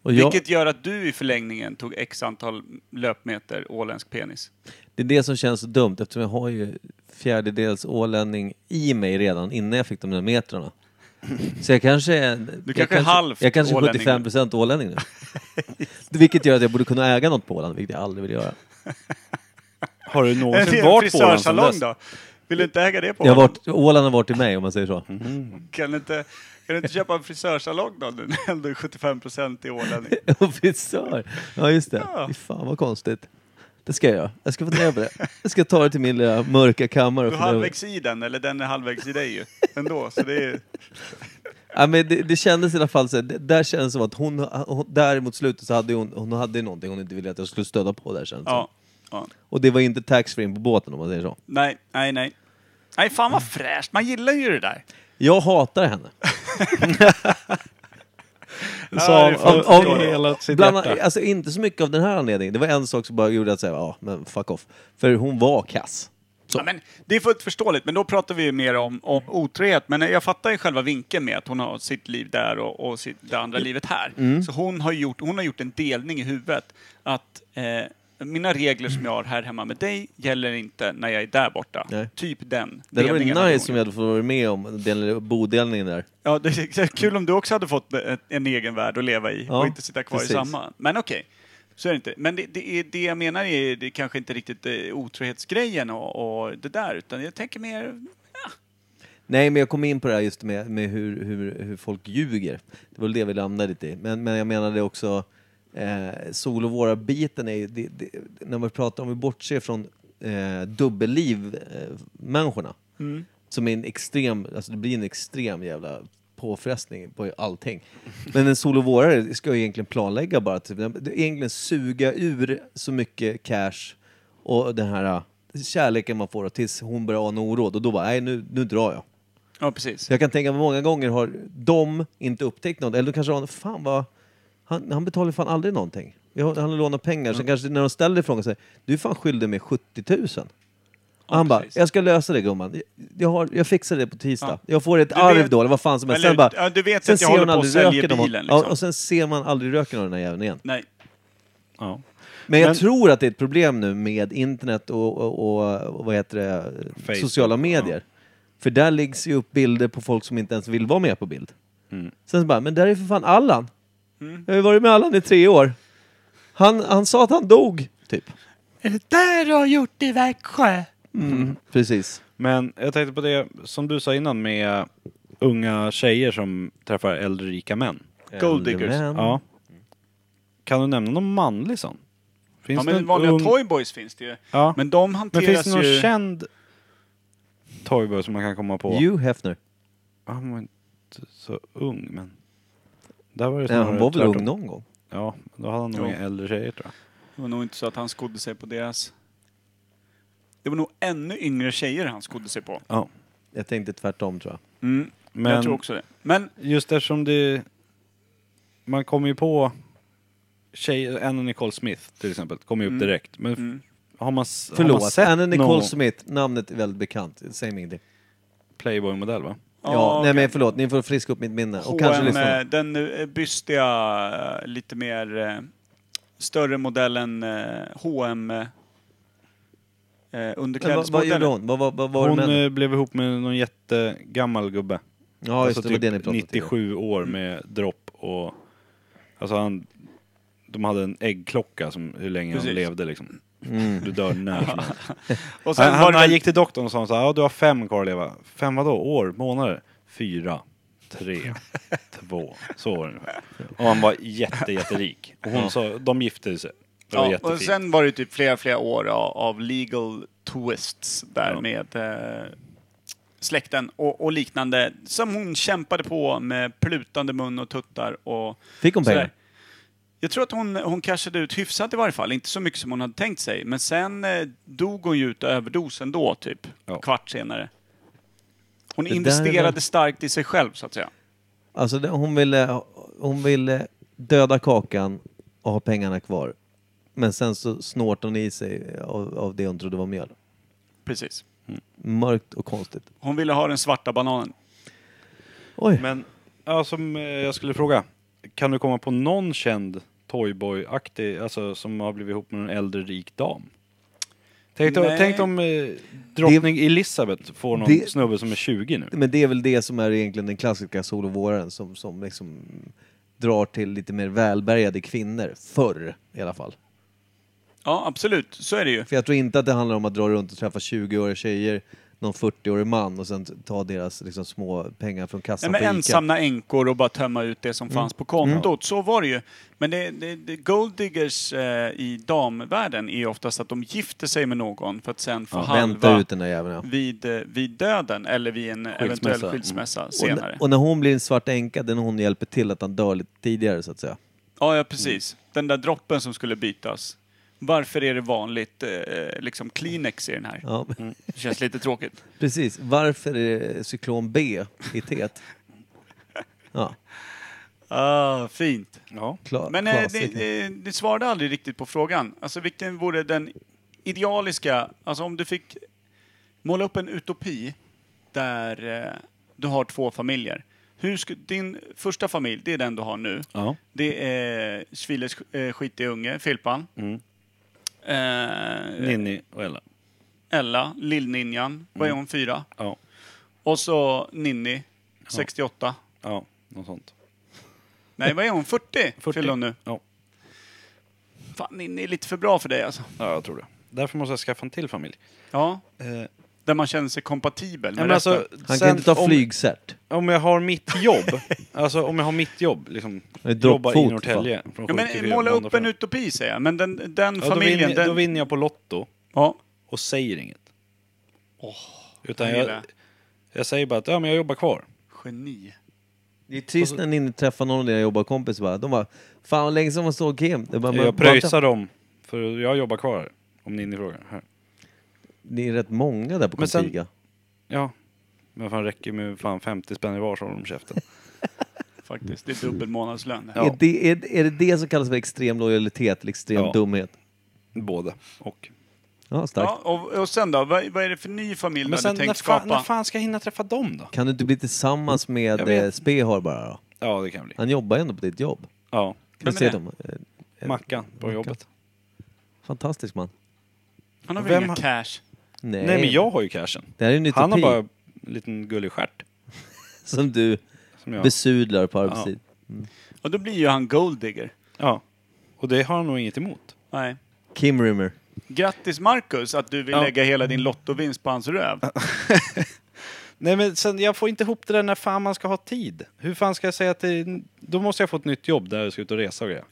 B: Och jag,
C: Vilket gör att du i förlängningen tog x antal löpmeter åländsk penis?
B: Det är det som känns så dumt eftersom jag har ju fjärdedels ålänning i mig redan innan jag fick de där metrarna. Så jag kanske är... jag
C: kanske är halvt
B: Jag kanske är
C: ålänning.
B: 75 procent ålänning nu. vilket gör att jag borde kunna äga något på Åland, vilket jag aldrig vill göra.
A: Har du
C: Är det
A: någonsin
C: en
A: varit på Åland sedan
C: frisörsalong
A: dess?
C: då? Vill du inte äga det på
B: Jag har
C: Åland?
B: varit, Åland har varit i mig om man säger så.
A: Mm.
C: Kan du inte, kan du inte köpa en frisörsalong då nu när ändå är 75% i ålänning?
B: Och frisör! Ja just det.
C: Ja.
B: Fy fan vad konstigt. Det ska jag göra. Jag ska fundera på det. Jag ska ta det till min lilla mörka kammare och
C: Du är
B: fundera på det.
C: halvvägs i den, eller den är halvvägs i dig ju. Ändå, så det är
B: Ja, men det, det kändes i alla fall så här, det, där kändes det som att hon, hon, där mot slutet så hade hon, hon hade någonting hon inte ville att jag skulle stöda på där kändes det
C: Ja. ja.
B: som. Och det var ju inte taxfree in på båten om man säger så.
C: Nej, nej, nej. Nej, fan vad fräscht. Man gillar ju det där.
B: Jag hatar henne.
A: Så
C: Ja, det
A: av,
C: får
A: av,
C: jag
A: av
C: förstå det.
A: hela sitt
B: Bland,
A: hjärta.
B: alltså inte så mycket av den här anledningen. Det var en sak som bara gjorde att säga ja men fuck off. För hon var kass.
C: Ja, men det är fullt förståeligt, men då pratar vi ju mer om, om otrohet. Men jag fattar ju själva vinkeln med att hon har sitt liv där och, och sitt, det andra livet här.
B: Mm.
C: Så hon har, gjort, hon har gjort en delning i huvudet. Att eh, mina regler som jag har här hemma med dig gäller inte när jag är där borta.
B: Nej.
C: Typ den
B: Det hade varit
C: delningen hade hon
B: nice om jag hade fått vara med om den bodelningen där.
C: Ja, det är så kul om du också hade fått ett- en egen värld att leva i
B: Ja,
C: och inte sitta kvar
B: precis.
C: i samma. Men okej, så är det inte. Men det, det, är, det jag menar är, det är kanske inte riktigt eh, otrohetsgrejen och, och det där, utan jag tänker mer...
B: Nej, men jag kom in på det här just med, med hur, hur, hur folk ljuger. Det var väl det vi landade lite i. Men, men jag menade också, eh, sol och våra-biten är ju, det, det, när man pratar om, vi bortser från eh, dubbelliv-människorna, som är en extrem, alltså det blir en extrem jävla påfrestning på allting. Men en sol och vårare ska ju egentligen planlägga bara, typ, det är egentligen suga ur så mycket cash och den här eh, kärleken man får tills hon börjar ana oråd och då bara, nej nu, nu drar jag.
C: Ja, precis.
B: Så jag kan tänka mig många gånger har de inte upptäckt något. Eller de kanske har fan vad... Han, han betalar fan aldrig någonting. Jag har- Han lånar pengar. Sen kanske när de ställer frågan säger du är fan skyldig mig 70 000. Och han bara,
C: precis.
B: jag ska lösa det gumman. Jag- Jag, har, jag fixar det på tisdag.
C: Ja.
B: Jag får ett
C: Du
B: arv
C: vet-
B: då, eller vad fan som helst.
C: eller-
B: Sen bara,
C: ja, du vet
B: sen
C: att jag
B: ser hon
C: håller på att
B: aldrig
C: sälja liksom.
B: röken av honom.
C: bilen,
B: Ja,
C: liksom.
B: och sen ser man aldrig röken av den här jäveln igen.
C: Nej.
A: Ja.
B: Men jag
A: Men-
B: tror att det är ett problem nu med internet och, och, och, och vad heter det,
A: Facebook,
B: sociala medier. För där läggs ju upp bilder på folk som inte ens vill vara med på bild.
A: Mm.
B: Sen så bara, men där är för fan Allan. Jag har ju varit med Allan i tre år. Han, han sa att han dog, typ.
C: Är det där du har gjort i Växjö?
A: Mm.
B: Mm, Precis.
A: Men jag tänkte på det som du sa innan med unga tjejer som träffar äldre rika män.
C: Gold diggers.
B: Äldre män.
A: Ja. Kan du nämna någon manlig sån? Finns
C: Ja,
A: det
C: men
A: en
C: vanliga
A: ung-
C: toyboys finns det ju.
A: Ja. Men,
C: Men de hanteras
A: finns det någon
C: ju...
A: känd toyboy som man kan komma på?
B: Hugh Hefner.
A: Han var inte så ung, men... Där var det
B: Ja, han
A: snarare
B: var väl
A: tvärtom.
B: ung någon gång?
A: Ja, då hade han nog
C: Jo.
A: inga äldre tjejer tror jag.
C: Det var nog inte så att han skodde sig på deras... Det var nog ännu yngre tjejer han skodde sig på.
B: Jag tänkte tvärtom, tror jag.
C: Mm,
A: Men
C: Jag tror också det. Men
A: just eftersom det... Man kommer ju på... Tjejer, Anna Nicole Smith till exempel, kommer ju upp direkt. Men f- har man, s- har man
B: Förlåt,
A: sett
B: Anna Nicole
A: någon
B: Smith, namnet är väldigt bekant. Säg mig det.
A: Playboy-modell va?
B: Ja,
C: Ja,
B: nej men förlåt, ni får friska upp mitt minne. Och kanske
A: liksom-
C: H&M,
B: lyssna.
C: eh, den eh, bystiga, eh, lite mer eh, större modellen eh, H&M eh, eh,
B: Men Vad, vad gjorde
C: underklädesmodellen.
B: hon? Vad, vad, vad var
A: Hon
B: det med
A: eh, blev ihop med någon jättegammal gubbe.
B: Ja, just det, det var det ni pratade om.
A: 97 år med dropp och... Alltså han... De hade en äggklocka som hur länge
C: Precis.
A: han levde liksom.
B: Mm.
A: Du dör när som helst.
C: Och sen
A: Han,
C: var
A: han,
C: det
A: han
C: väl-
A: gick till doktorn och sa så här, ja du har fem kvar att leva. Fem vadå? År? Månader? Fyra. Tre. två. Så var det ungefär. Och han var jätte, jätterik. Och hon sa, de gifte sig. Det var
C: Ja,
A: jättefint.
C: och sen var det typ flera, flera år av, av legal twists där
A: Ja.
C: med eh, släkten och, och liknande. Som hon kämpade på med plutande mun och tuttar och
B: Fick hon pengar?
C: sådär. Jag tror att hon, hon cashade ut hyfsat i varje fall, inte så mycket som hon hade tänkt sig. Men sen eh, dog hon ju ut av överdos ändå, typ.
A: Ja.
C: Kvart senare. Hon
B: där är
C: investerade
B: väl-
C: starkt i sig själv, så att säga.
B: Alltså det, hon ville, hon ville döda kakan och ha pengarna kvar. Men sen så snort hon i sig av, av det hon trodde var mjöl.
C: Precis.
B: Mörkt och konstigt.
C: Hon ville ha den svarta bananen.
B: Oj,
A: Men, ja, som eh, jag skulle fråga. Kan du komma på någon känd Toyboy-aktig, alltså som har blivit ihop med en äldre rik dam? Tänk, om-
C: Nej.
A: tänk om eh, drottning Elizabeth får någon
B: det-
A: snubbe som är 20 nu.
B: men det är väl det som är egentligen den klassiska sol och våren som, som liksom drar till lite mer välbärgade kvinnor. Förr i alla fall.
C: Ja, absolut. Så är det ju.
B: För jag tror inte att det handlar om att dra runt och träffa 20-åriga tjejer, någon 40-årig man och sen t- ta deras liksom, små pengar från
C: Nej,
B: kassan
C: men
B: på Ica. Mm.
C: ensamma änkor och bara tömma ut det som fanns på kontot. Så var det ju. Men det, det, det, gold diggers eh, i damvärlden är ju oftast att de gifter sig med någon för att sen få
B: Ja,
C: halva
B: vänta ut den där jäveln ja.
C: vid, eh, vid döden eller vid en eventuell
A: Skilsmässa.
C: skilsmässa
B: Mm. Och,
C: senare.
B: n- och när hon blir en svart änka, den hon hjälper till att han dör lite tidigare så att säga.
C: Ja, ja precis. Den där droppen som skulle bytas. Varför är det vanligt eh, liksom Kleenex i den här?
B: Ja,
C: Det känns lite tråkigt.
B: precis. Varför är det cyklon B i teet? Ja,
C: Ah, fint.
A: Ja.
B: klar,
C: Men eh, ni, ni, ni svarade aldrig riktigt på frågan. Alltså vilken vore den idealiska, alltså om du fick måla upp en utopi där eh, du har två familjer. Hur sku, din första familj, det är den du har nu.
A: ja.
C: Det är Schwilers eh, skitig unge, Filpan.
A: Mm.
C: Eh,
A: Ninni och Ella.
C: Ella, Lill-Ninjan. Vad
A: Mm.
C: är hon? Fyra?
A: Ja.
C: Och så Ninni, 68.
A: Ja, något sånt.
C: Nej, vad är hon? 40, 40.
A: 40.
C: fyller hon nu.
A: Ja.
C: Fan, Ninni är lite för bra för dig alltså.
A: ja, jag tror det. Därför måste jag skaffa en till familj.
C: Ja,
A: Eh, nej,
C: där man känner sig kompatibel med
A: men alltså,
C: resten.
B: Han
A: sen
B: kan inte ta
A: om-
B: flygcert.
A: Om jag har mitt jobb, alltså om jag har mitt jobb, liksom,
B: Det är
A: jobbar i
B: droppfot,
A: Norrtälje. från
C: Ja,
A: sju till
C: men
A: fyra,
C: måla
A: måndag
C: upp
A: fram.
C: en utopi säger jag, men den, den
A: ja,
C: familjen...
A: Då vinner,
C: den,
A: då vinner jag på Lotto
C: ja.
A: och säger inget. Utan
C: jag gillar
A: jag,
C: det.
A: jag säger bara att ja, men jag jobbar kvar.
C: Geni.
B: Det är trist när ni träffar någon av dina jobbarkompisar bara. De bara, fan vad länge som man såg Kim. Det bara,
A: jag
B: "Men-
A: pröjsar dem, för jag jobbar kvar. Om ni frågar. Här.
B: Ni är rätt många där på
A: Men sen-
B: Contiga.
A: Ja. Men fan räcker med fan 50 spänn i var så håller de käften.
C: Faktiskt, det är dubbel månadslön.
A: Ja.
B: Är, det, är, är det det som kallas för extrem lojalitet eller extrem
A: Ja.
B: dumhet?
A: Både och.
B: Ja, starkt.
C: Ja, och, och sen då? Vad, vad är det för ny familj du
A: Men sen
C: hade
A: när
C: tänkt
A: fan, när
C: skapa?
A: fan ska jag hinna träffa dem då?
B: Kan du inte bli tillsammans
A: Mm. Jag
B: med
A: vet.
B: eh, Spehar bara då?
A: Ja, det kan bli.
B: Han jobbar ju ändå på ditt jobb.
A: Ja.
C: Vem
B: Kan
C: är
B: se
C: det?
B: dem? Eh,
A: Mackan på jobbet.
B: Fantastisk man.
C: Han har
A: Vem
C: väl ingen
A: har-
C: cash?
B: Nej,
A: Nej men jag har ju cashen.
B: Det här är en
A: Han har
B: utopi
A: bara en liten gullig stjärt.
B: som du
A: Som jag.
B: besudlar på arbetstid.
C: Och då blir ju han golddigger.
A: Ja. Och det har han nog inget emot.
C: Nej.
B: Kim Rimmer.
C: Grattis Marcus att du vill
A: Ja.
C: lägga hela din lottovinst på hans röv.
A: Nej men sen, jag får inte ihop det där när fan man ska ha tid. Hur fan ska jag säga att det... Då måste jag få ett nytt jobb där jag ska ut och resa och grejer.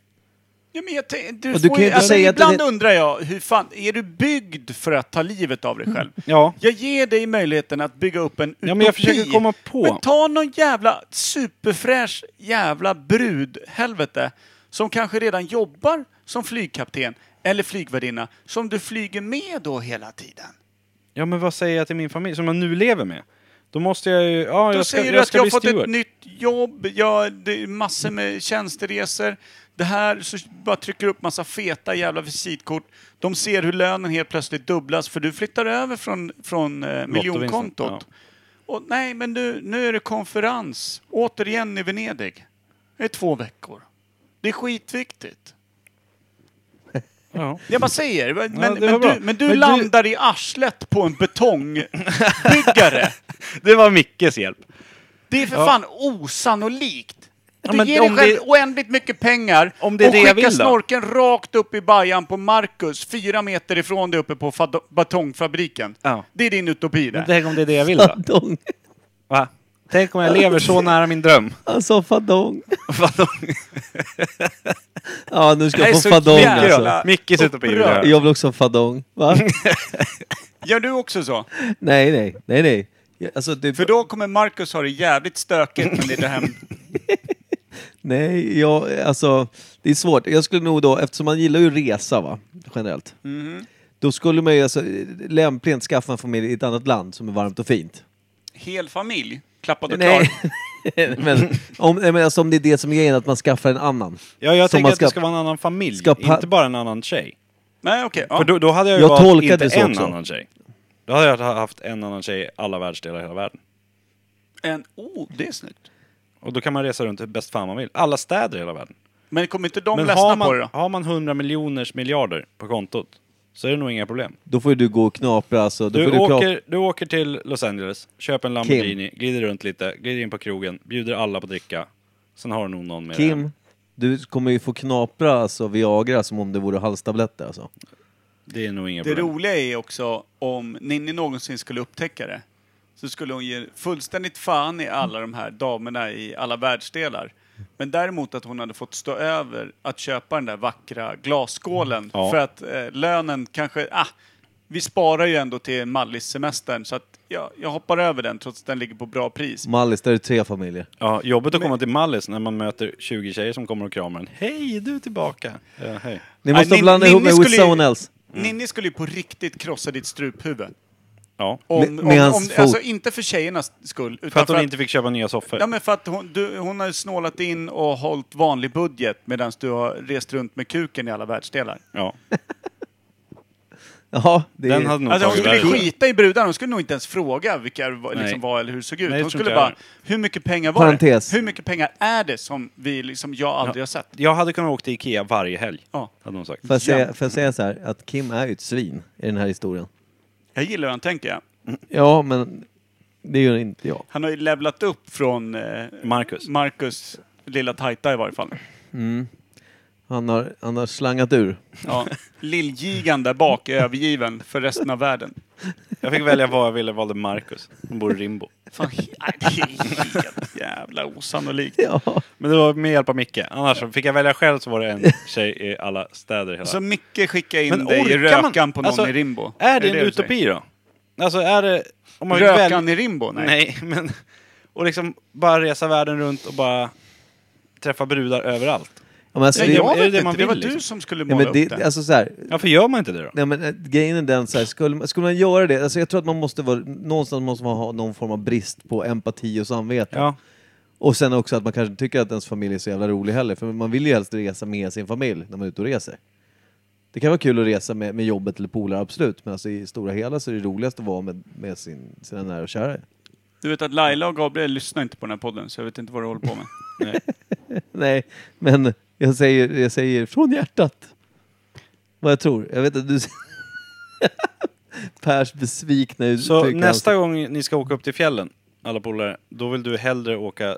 C: Ja, men jag tänk- du
B: Och du
C: får
B: kan ju
C: ju,
B: inte
C: alltså,
B: säga att
C: ibland
B: det-
C: undrar jag, hur fan, är du byggd för att ta livet av dig själv?
A: Ja.
C: Jag ger dig möjligheten att bygga upp en utopi.
A: Ja, men jag försöker komma på.
C: Men ta någon jävla superfräsch jävla brud, helvete, som kanske redan jobbar som flygkapten eller flygvärdinna, som du flyger med då hela tiden.
A: Ja men vad säger jag till min familj som jag nu lever med? Då måste jag ju... Ja,
C: Då
A: jag ska,
C: säger du
A: jag
C: att
A: ska
C: jag har
A: bli
C: fått
A: steward.
C: ett nytt jobb, jag, det är massor med tjänsteresor. Det här, så bara trycker upp massa feta jävla visitkort. De ser hur lönen helt plötsligt dubblas för du flyttar över från, från eh, miljonkontot.
A: ja.
C: Och, nej, men du, nu är det konferens. Återigen i Venedig. Det är två veckor. Det är skitviktigt.
A: Ja.
C: Jag bara säger, men,
A: Ja, det var
C: men,
A: bra.
C: du, men du
A: Men du-
C: landar i arslet på en betongbyggare.
A: Det var Mickes hjälp.
C: Det är för
A: Ja.
C: fan osannolikt. Du
A: men
C: ger dig
A: om
C: själv
A: det-
C: oändligt mycket pengar
A: Om det är
C: och
A: det jag
C: skickar
A: vill då?
C: snorken rakt upp i bajan på Marcus, fyra meter ifrån dig uppe på fad- batongfabriken.
A: Ja.
C: Det är din utopi det.
A: Tänk om det är det jag vill då?
B: Fadong.
A: Va? Tänk om jag lever så nära min dröm.
B: Han sa fadong.
A: Vadå?
B: Ja, nu ska
C: Det
B: jag
C: här är
B: få
C: så
B: fadong
C: jävla-
B: alltså.
A: Mickes utopi vill jag
C: upprörd.
A: höra.
B: Jag vill också ha fadong. Va?
C: Gör du också så?
B: nej, nej, nej, nej. Ja, Alltså, det,
C: För då kommer Marcus ha det jävligt stökigt när ni är hem.
B: Nej, jag, alltså, det är svårt. Jag skulle nog då, eftersom man gillar ju resa va, generellt.
A: Mhm.
B: Då skulle man ju alltså, eh, lämpligen skaffa en familj i ett annat land som är varmt och fint.
C: Hel familj, klappad och klar.
B: Nej. men, om, nej, men alltså, om det är det som är grejen, att man skaffar en annan.
A: Ja, jag
B: Som
A: tänker
B: man
A: att det ska vara en annan familj,
B: ska pa-
A: inte bara en annan tjej.
C: Nej, okej.
A: För
C: ja.
A: då, då hade jag ju
B: Jag
A: valt
B: tolkade det
A: inte
B: så
A: en
B: också.
A: annan tjej. Då hade jag haft en annan tjej i alla världsdelar i hela världen.
C: En, oh, det är snyggt.
A: Och då kan man resa runt hur bäst fan man vill. Alla städer i hela världen.
C: Men kommer inte de
A: Men
C: ledsna
A: har
C: på det
A: man,
C: då?
A: har man 100 miljoners miljarder på kontot så är det nog inga problem.
B: Då får ju du gå och knapra alltså. Då
A: Du
B: får du knapra.
A: åker, du åker till Los Angeles, köper en Lamborghini, glider runt lite, glider in på krogen, bjuder alla på dricka. Sen har du nog någon med dig.
B: Kim, du kommer ju få knapra alltså Viagra som om det vore halstabletter alltså.
A: Det är nog inga
C: Det
A: problem.
C: roliga är också om Ninni någonsin skulle upptäcka det så skulle hon ge fullständigt fan i alla de här damerna i alla världsdelar. Men däremot att hon hade fått stå över att köpa den där vackra glasskålen
A: Ja.
C: för att eh, lönen kanske... Ah, vi sparar ju ändå till Mallis-semestern så att ja, jag hoppar över den trots att den ligger på bra pris.
B: Mallis, där är det tre familjer.
A: Ja, jobbigt att komma till Mallis när man möter 20 tjejer som kommer och kramar en. Hej, är du tillbaka! Ja, hej.
B: Ni
C: Nej,
B: måste
C: Nin-
B: blanda ihop
C: Ninni
B: med
C: skulle
B: With
C: ju-
B: Someone Else.
A: Mm.
C: Ninni skulle ju på riktigt krossa ditt struphuvud.
A: Ja.
C: Om,
B: Med- med
C: om,
B: hans
C: om,
B: fot.
C: alltså inte för tjejernas skull. Utan
A: För att hon inte fick köpa nya soffor.
C: Ja, men för att hon, du, hon har snålat in och hållit vanlig budget medan du har rest runt med kuken i alla världsdelar.
A: Ja.
B: Ja, det
A: Den
B: är...
A: hade nog
C: Alltså hon
A: tagit
C: skulle ju
A: värre.
C: skita i brudarna, hon skulle nog inte ens fråga vilka det var-
A: Nej.
C: liksom var eller hur det såg ut.
A: Nej, det
C: hon
A: tror
C: skulle
A: inte jag
C: bara, hur mycket pengar var
B: Parentes.
C: det? Hur mycket pengar är det som vi liksom, jag aldrig har sett?
A: Jag hade kunnat åka till Ikea varje helg,
C: Ja.
A: hade hon sagt.
B: Får jag, säga,
C: Jämt.
B: får jag säga så här, att Kim är ju ett svin i den här historien.
C: Jag gillar hur han tänker. jag.
B: Ja, men det gör inte jag.
C: Han har ju levlat upp från eh,
A: Marcus.
C: Marcus lilla tajta i varje fall.
B: Han har, han har slangat ur.
C: Ja. Lillgigan där bak är övergiven för resten av världen.
A: Jag fick välja vad jag ville, valde Marcus. Hon bor i Rimbo.
C: Fan, nej, det är helt jävla osannolikt.
B: Ja.
A: Men det var med hjälp av Micke. Annars så fick jag välja själv så var det en tjej i alla städer i hela.
C: Så Micke Alltså, skickar in
A: Men
C: dig i
A: orkar
C: rökan
A: man?
C: på någon
A: Alltså,
C: i Rimbo?
A: är det
C: du
A: en utopi
C: säger?
A: då? Alltså är det... Om man
C: Rökan
A: väl-
C: i Rimbo? Nej.
A: Nej. men... Och liksom bara resa världen runt och bara träffa brudar överallt.
B: Ja, men alltså,
C: Nej,
B: det,
C: jag
A: är det
C: vet
A: det
C: inte.
A: man
C: det var
A: vill,
C: du
A: liksom?
C: som skulle
B: ja,
C: måla
B: men
C: upp det.
B: det, alltså så här,
A: Varför gör man inte det då?
B: nej, men, eh, grejen är den så här, skulle, man- skulle man göra det, alltså jag tror att man måste vara, någonstans måste man ha någon form av brist på empati och samvete.
A: Ja.
B: Och sen också att man kanske inte tycker att ens familj är så jävla rolig heller, för man vill ju helst resa med sin familj när man är ute och reser. Det kan vara kul att resa med, med jobbet eller polare, absolut, men alltså i stora hela så är det roligast att vara med, med sin, sina nära och kära.
C: Du vet att Laila och Gabriel lyssnar inte på den här podden, så jag vet inte vad du håller på med.
B: Nej, men jag säger, jag säger från hjärtat. vad jag tror. Jag vet att du... Pers besvikna uttryck.
A: Så
B: i
A: nästa
B: ansiktet.
A: gång ni ska åka upp till fjällen, alla polare, då vill du hellre åka...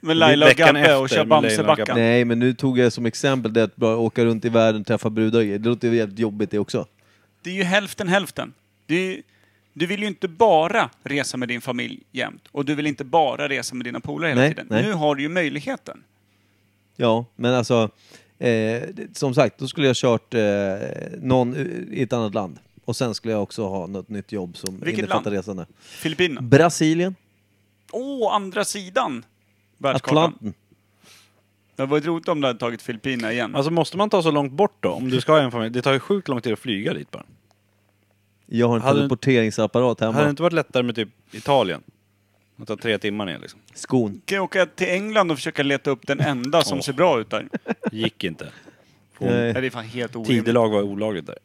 C: Med Laila och
A: Veckan
C: Gabbe och
A: efter
C: köra
A: med Laila och Gabbe.
C: Bamsebacka.
B: Nej, men nu tog jag som exempel det att bara åka runt i världen och träffa brudar och grejer. Det låter ju jävligt jobbigt det också.
C: Det är ju hälften hälften. Det är, ju- du vill ju inte bara resa med din familj jämt. Och du vill inte bara resa med dina polare hela
B: Nej,
C: tiden.
B: nej.
C: Nu har du ju möjligheten.
B: Ja, men alltså... Eh, det- som sagt, då skulle jag kört eh, någon u- i ett annat land. Och sen skulle jag också ha något nytt jobb som
C: Vilket
B: innefattar
C: land?
B: resande.
C: Filippinerna.
B: Brasilien,
C: Åh, andra sidan världskartan.
B: Atlanten.
C: Det var roligt om du hade tagit Filippinerna igen.
A: Alltså måste man ta så långt bort då? Om du ska ha en familj? Det tar ju sjukt lång tid att flyga dit bara.
B: Jag har en
A: Hade-
B: teleporteringsapparat
A: Hade det
B: hemma.
A: inte varit lättare med typ Italien? Att ta tre timmar ner liksom.
B: Skon.
C: kan jag åka till England och försöka leta upp den enda som
A: Åh.
C: ser bra ut där.
A: Gick inte.
B: Nej.
C: Nej, det är fan helt orimligt.
A: Tidelag var olagligt där.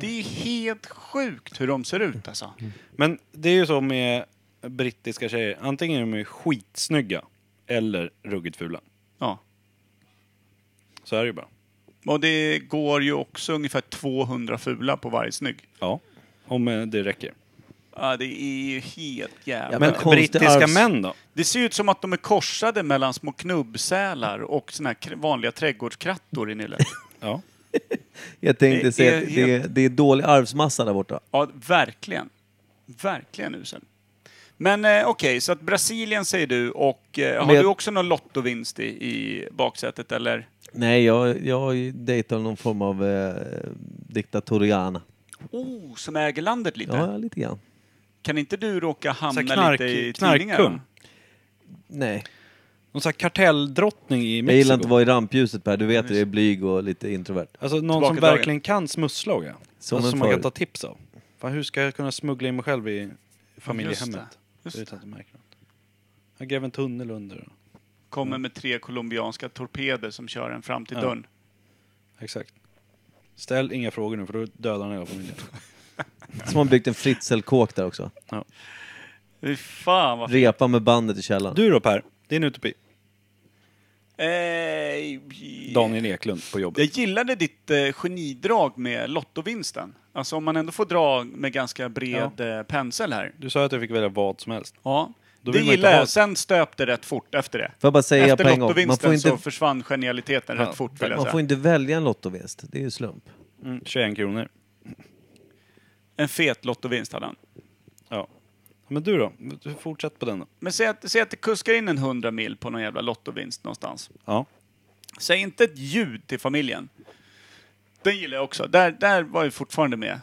C: Det är helt sjukt hur de ser ut alltså.
A: Men det är ju så med brittiska tjejer. Antingen är de ju skitsnygga eller ruggigt fula.
C: Ja.
A: Så är det ju bara.
C: Och det går ju också ungefär 200 fula på varje snygg.
A: Ja. Om eh, det räcker.
C: Ja, det är ju helt jävla...
B: Ja,
A: Men
B: men konstig
A: brittiska
B: arvs-
A: män då?
C: Det ser ju ut som att de är korsade mellan små knubbsälar och såna här kr- vanliga trädgårdskrattor i nyllet.
A: Ja.
B: Jag tänkte
C: Det
B: säga
C: är
B: att det, är- det är dålig arvsmassa där borta.
C: Ja, verkligen. Verkligen usel. Men eh, okej, så att Brasilien säger du och eh, har
B: Men jag-
C: du också någon lottovinst i, i baksätet eller?
B: Nej, jag, jag dejtar någon form av eh, diktatoriana.
C: Oh, som äger landet lite?
B: Ja, lite grann.
C: Kan inte du råka
A: Så
C: hamna
A: här knark,
C: lite i
A: knarkkung.
C: tidningarna?
B: Nej.
A: Någon sån här kartelldrottning i Mexiko.
B: Jag gillar inte att vara i rampljuset Per, du vet att jag är blyg och lite introvert.
A: Alltså någon som
C: Tillbakadragen.
A: verkligen kan smussla
B: Som
A: Som, alltså,
B: en
A: som man
B: förr.
A: kan ta tips av. Fan, hur ska jag kunna smuggla in mig själv i familjehemmet?
C: Just det.
A: Utan att de märker något. Jag gräver en tunnel under.
C: Kommer med tre colombianska torpeder som kör en fram till
A: Ja.
C: dörren.
A: Exakt. Ställ inga frågor nu för då dödar han hela familjen.
B: Som har byggt en fritzelkåk där också.
C: Fy fan vad...
B: Repa med bandet i källaren.
A: Du då Per, din utopi?
C: Eh,
A: Daniel Eklund på
C: Jag
A: jobbet.
C: gillade ditt eh, genidrag med lottovinsten. Alltså om man ändå får dra med ganska bred eh, pensel här.
A: Du sa att jag fick välja vad som helst.
C: Ja.
A: Då
C: det
A: vill man inte
C: gillar
A: ha-
C: jag. Sen stöpte det rätt fort efter det.
B: Får jag bara säga på
C: efter
B: en gång, man
C: lottovinsten
B: får
C: så
B: inte,
C: försvann genialiteten
A: Ja,
C: rätt fort vill jag
B: man
C: säga.
B: får inte välja en lottovinst. Det är ju slump.
A: Mm, 21 kronor.
C: En fet lottovinst hade han.
A: Ja. Men du då? Fortsätt på den då.
C: Men säg att, säg att det kuskar in en 100 mil på någon jävla lottovinst någonstans.
A: Ja.
C: Säg inte ett ljud till familjen. Den gillar jag också. Där, där var jag fortfarande med.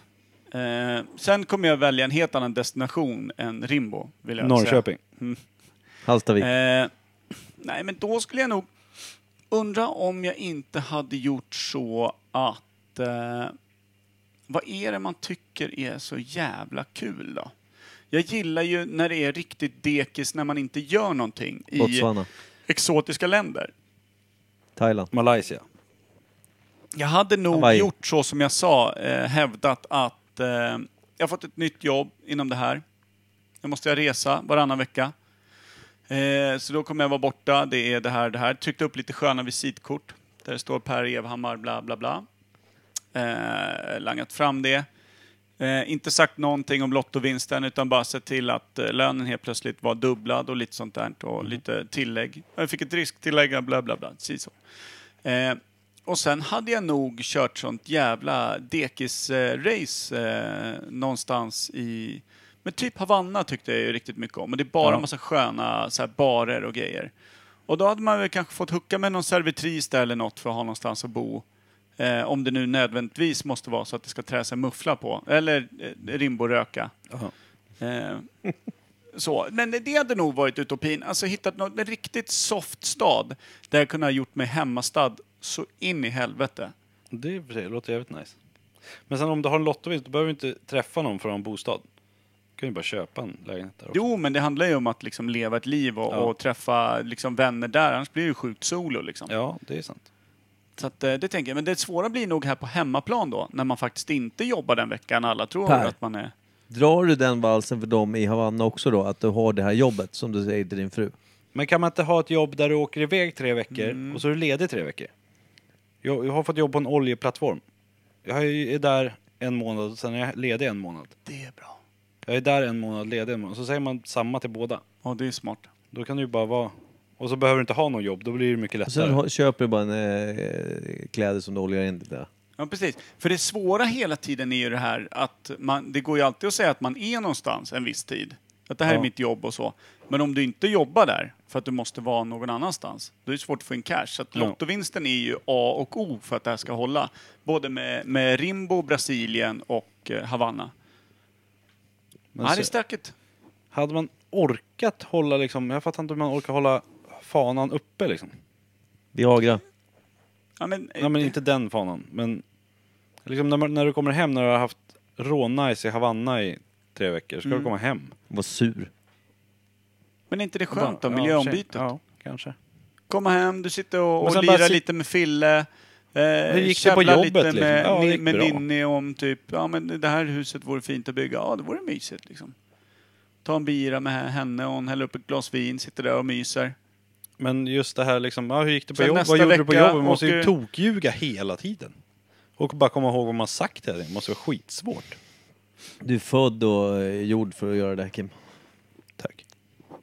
C: Eh, sen kommer jag välja en helt annan destination än Rimbo. Vill jag
A: Norrköping.
B: Hallstavik.
C: Säga. Eh, nej, men då skulle jag nog undra om jag inte hade gjort så att... Eh, vad är det man tycker är så jävla kul då? Jag gillar ju när det är riktigt dekis när man inte gör någonting i
B: Botswana.
C: exotiska länder.
B: Thailand.
A: Malaysia.
C: Jag hade nog
B: Hawaii.
C: gjort så som jag sa, eh, hävdat att eh, jag har fått ett nytt jobb inom det här. Nu måste jag resa varannan vecka. Eh, så då kommer jag vara borta, det är det här, det här. Tryckte upp lite sköna visitkort där det står Per Evhammar, bla bla bla. Eh, langat fram det. Eh, inte sagt någonting om lottovinsten utan bara sett till att eh, lönen helt plötsligt var dubblad och lite sånt där och lite tillägg. Jag fick ett risktillägg, bla bla bla. Precis så. Eh, och sen hade jag nog kört sånt jävla dekis-race eh, någonstans i... Men typ Havanna tyckte jag ju riktigt mycket om. Men det är bara massa sköna så här, barer och grejer. Och då hade man väl kanske fått hucka med någon servitris där eller något för att ha någonstans att bo. Eh, om det nu nödvändigtvis måste vara så att det ska träs en muffla på. Eller eh, Rimbo-röka.
A: Jaha.
C: Eh, så. Men det hade nog varit utopin. Alltså hittat något, en riktigt soft stad där jag kunde ha gjort mig hemmastad så in i helvete.
A: Det är i och för sig- låter jävligt nice. Men sen om du har en lottovinst, då behöver du inte träffa någon för att ha en bostad. Du kan ju bara köpa en lägenhet där också.
C: Jo, men det handlar ju om att liksom leva ett liv och,
A: Ja.
C: och träffa liksom vänner där. Annars blir det ju sjukt solo. Liksom.
A: Ja, det är sant.
C: Så att, eh, det tänker jag. Men det svåra blir nog här på hemmaplan då, när man faktiskt inte jobbar den veckan. Alla tror
B: Per.
C: att man är...
B: Drar du den valsen för dem i Havanna också då? Att du har det här jobbet som du säger till din fru?
A: Men kan man inte ha ett jobb där du åker
B: Mm.
A: iväg tre veckor och så är du ledig tre veckor? Jag, jag har fått jobb på en oljeplattform. Jag är där en månad och sen är jag ledig en månad.
C: Det är bra.
A: Jag är där en månad, ledig en månad. Så säger man samma till båda.
C: Ja, det är smart.
A: Då kan du ju bara vara... Och så behöver du inte ha något jobb, då blir det mycket
B: Och sen
A: lättare.
B: har- köper du bara en, eh, kläder som du oljar in lite.
C: Ja, precis. För det svåra hela tiden är ju det här att man, det går ju alltid att säga att man är någonstans en viss tid. Att det här är mitt jobb och så. Men om du inte jobbar där för att du måste vara någon annanstans, då är det svårt att få in cash. Så att
A: Ja.
C: lottovinsten är ju A och O för att det här ska hålla. Både med, med Rimbo, Brasilien och eh, Havanna.
A: Men
C: ja, det är
A: så,
C: stökigt.
A: hade man orkat hålla liksom... Jag fattar inte hur man orkar hålla fanan uppe liksom.
B: Viagra.
C: Ja, men,
A: Nej men inte den fanan, men... Liksom när, man, när du kommer hem när du har haft rånice i Havanna i tre veckor, ska
C: Mm.
A: du komma hem.
B: Var sur.
C: men är inte det skönt då?
A: Ja,
C: Miljöombytet.
A: Ja, kanske.
C: Komma hem, du sitter och,
A: Men
C: och
A: sen bara
C: lirar
A: sit-
C: lite med Fille. Eh,
A: Hur gick det på
C: käbblar
A: jobbet,
C: lite
A: liksom?
C: med,
A: Ja, det gick
C: med
A: bra.
C: Ninni om typ, ja men det här huset vore fint att bygga. Ja, det vore mysigt liksom. Ta en bira med henne och hon häller upp ett glas vin, sitter där och myser.
A: Men just det här liksom, ja, hur gick det på
C: Sen
A: jobbet?
C: nästa
A: Vad gjorde du på
C: vecka eh,
A: jobbet? Man måste ju
C: åker-
A: tokljuga hela tiden. Och bara komma ihåg vad man sagt hela tiden. Det måste vara skitsvårt.
B: Du är född och eh, gjord för att göra det här Kim.
A: Tack.
C: Ja,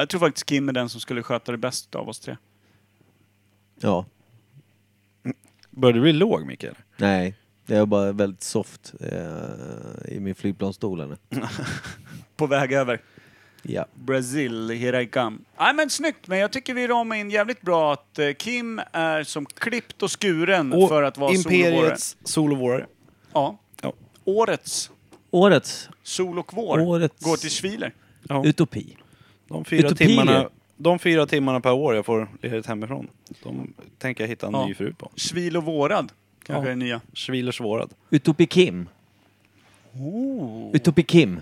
C: Jag tror faktiskt Kim är den som skulle sköta det bäst av oss tre.
B: Ja.
A: Börjar du bli låg Mikael?
B: Nej. Jag är bara väldigt soft eh, i min flygplansstol här nu.
C: På väg över.
B: Ja.
C: Brazil, here I come. Nej men snyggt, men jag tycker vi ramar in jävligt bra att eh, Kim är som klippt och skuren för att vara solovårare.
A: Imperiets Soul of War.
C: Ja.
A: Ja.
C: Årets
B: Årets
C: Sol och vår
B: Årets-
C: går till Schwiler.
A: Ja.
B: utopi.
A: De fyra,
B: Utopier.
A: timmarna, de fyra timmarna per år jag får ledigt hemifrån, de tänker jag hitta en
C: Ja.
A: ny fru på.
C: Svil och vårad kanske
A: Ja.
C: är det nya.
A: Schwilers vårad.
B: Utopi Kim.
A: Oh,
C: Oh.
B: Utopi Kim.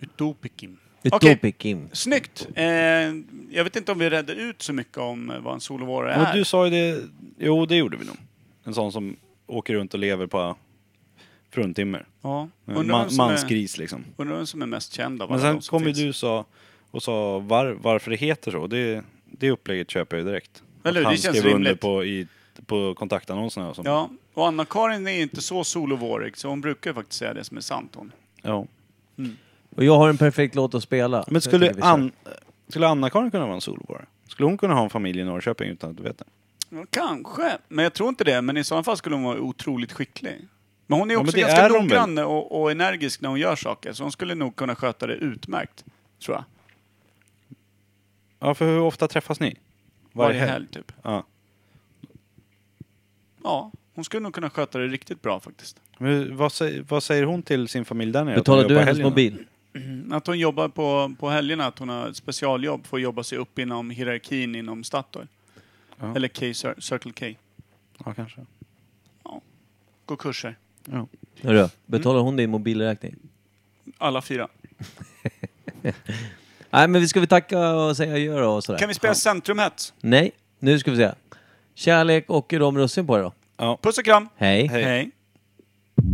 C: Utopikim. Okej,
B: Utopi Kim.
C: snyggt. Eh, jag vet inte om vi redde ut så mycket om eh, vad en sol och vårare
A: Men
C: är.
A: du sa ju det, jo det gjorde vi nog. En sån som åker runt och lever på fruntimmer.
C: Ja.
A: En
C: Undrar, vem
A: Mm, Man,
C: som är,
A: mansgris liksom.
C: undrar vem som är mest känd av
A: Men
C: alla
A: sen
C: de som
A: kom ju
C: finns.
A: du sa, och sa var, varför det heter så. Det, det upplägget köper jag ju direkt.
C: Eller hur?
A: Att han
C: Det känns
A: skrev under
C: rimligt.
A: på, i, på kontaktannonserna. Som,
C: Ja, och Anna-Karin är inte så sol och vårig så hon brukar ju faktiskt säga det som är sant hon.
A: Ja.
B: Och jag har en perfekt låt att spela.
A: Men
B: Så jag
A: skulle,
B: tycker vi kör.
A: Ann- skulle Anna-Karin kunna vara en solvårare? Skulle hon kunna ha en familj i Norrköping utan att du vet det?
C: Ja, Kanske, men jag tror inte det. Men i sådana fall skulle hon vara otroligt skicklig. Men hon är
A: Ja,
C: också
A: men det
C: ganska
A: är hon väl?
C: noggrann och, och energisk när hon gör saker. Så hon skulle nog kunna sköta det utmärkt, tror jag.
A: Ja, för hur ofta träffas ni?
C: Varje helg, typ.
A: Ja.
C: Ja, hon skulle nog kunna sköta det riktigt bra faktiskt.
A: Men hur- vad, säger, vad säger hon till sin familj där nere? att
B: Betalar
A: de
B: du
A: jobbar
B: hennes
A: helgerna?
B: mobil?
C: Mm. Att hon jobbar på, på helgerna, att hon har ett specialjobb för att jobba sig upp inom hierarkin inom Statoil.
A: Ja.
C: Eller K, Cir- Circle K.
A: Ja, kanske.
C: Gå kurser. Mm.
B: Hörru, betalar hon din mobilräkning?
C: Alla fyra.
B: Nej men vi ska vi tacka och säga adjö då och sådär.
C: Kan vi spela Centrumhets?
B: Nej, nu ska vi se. Kärlek och rom russin på det då.
C: Puss och kram!
B: Hej.
A: Hej.
C: Hej.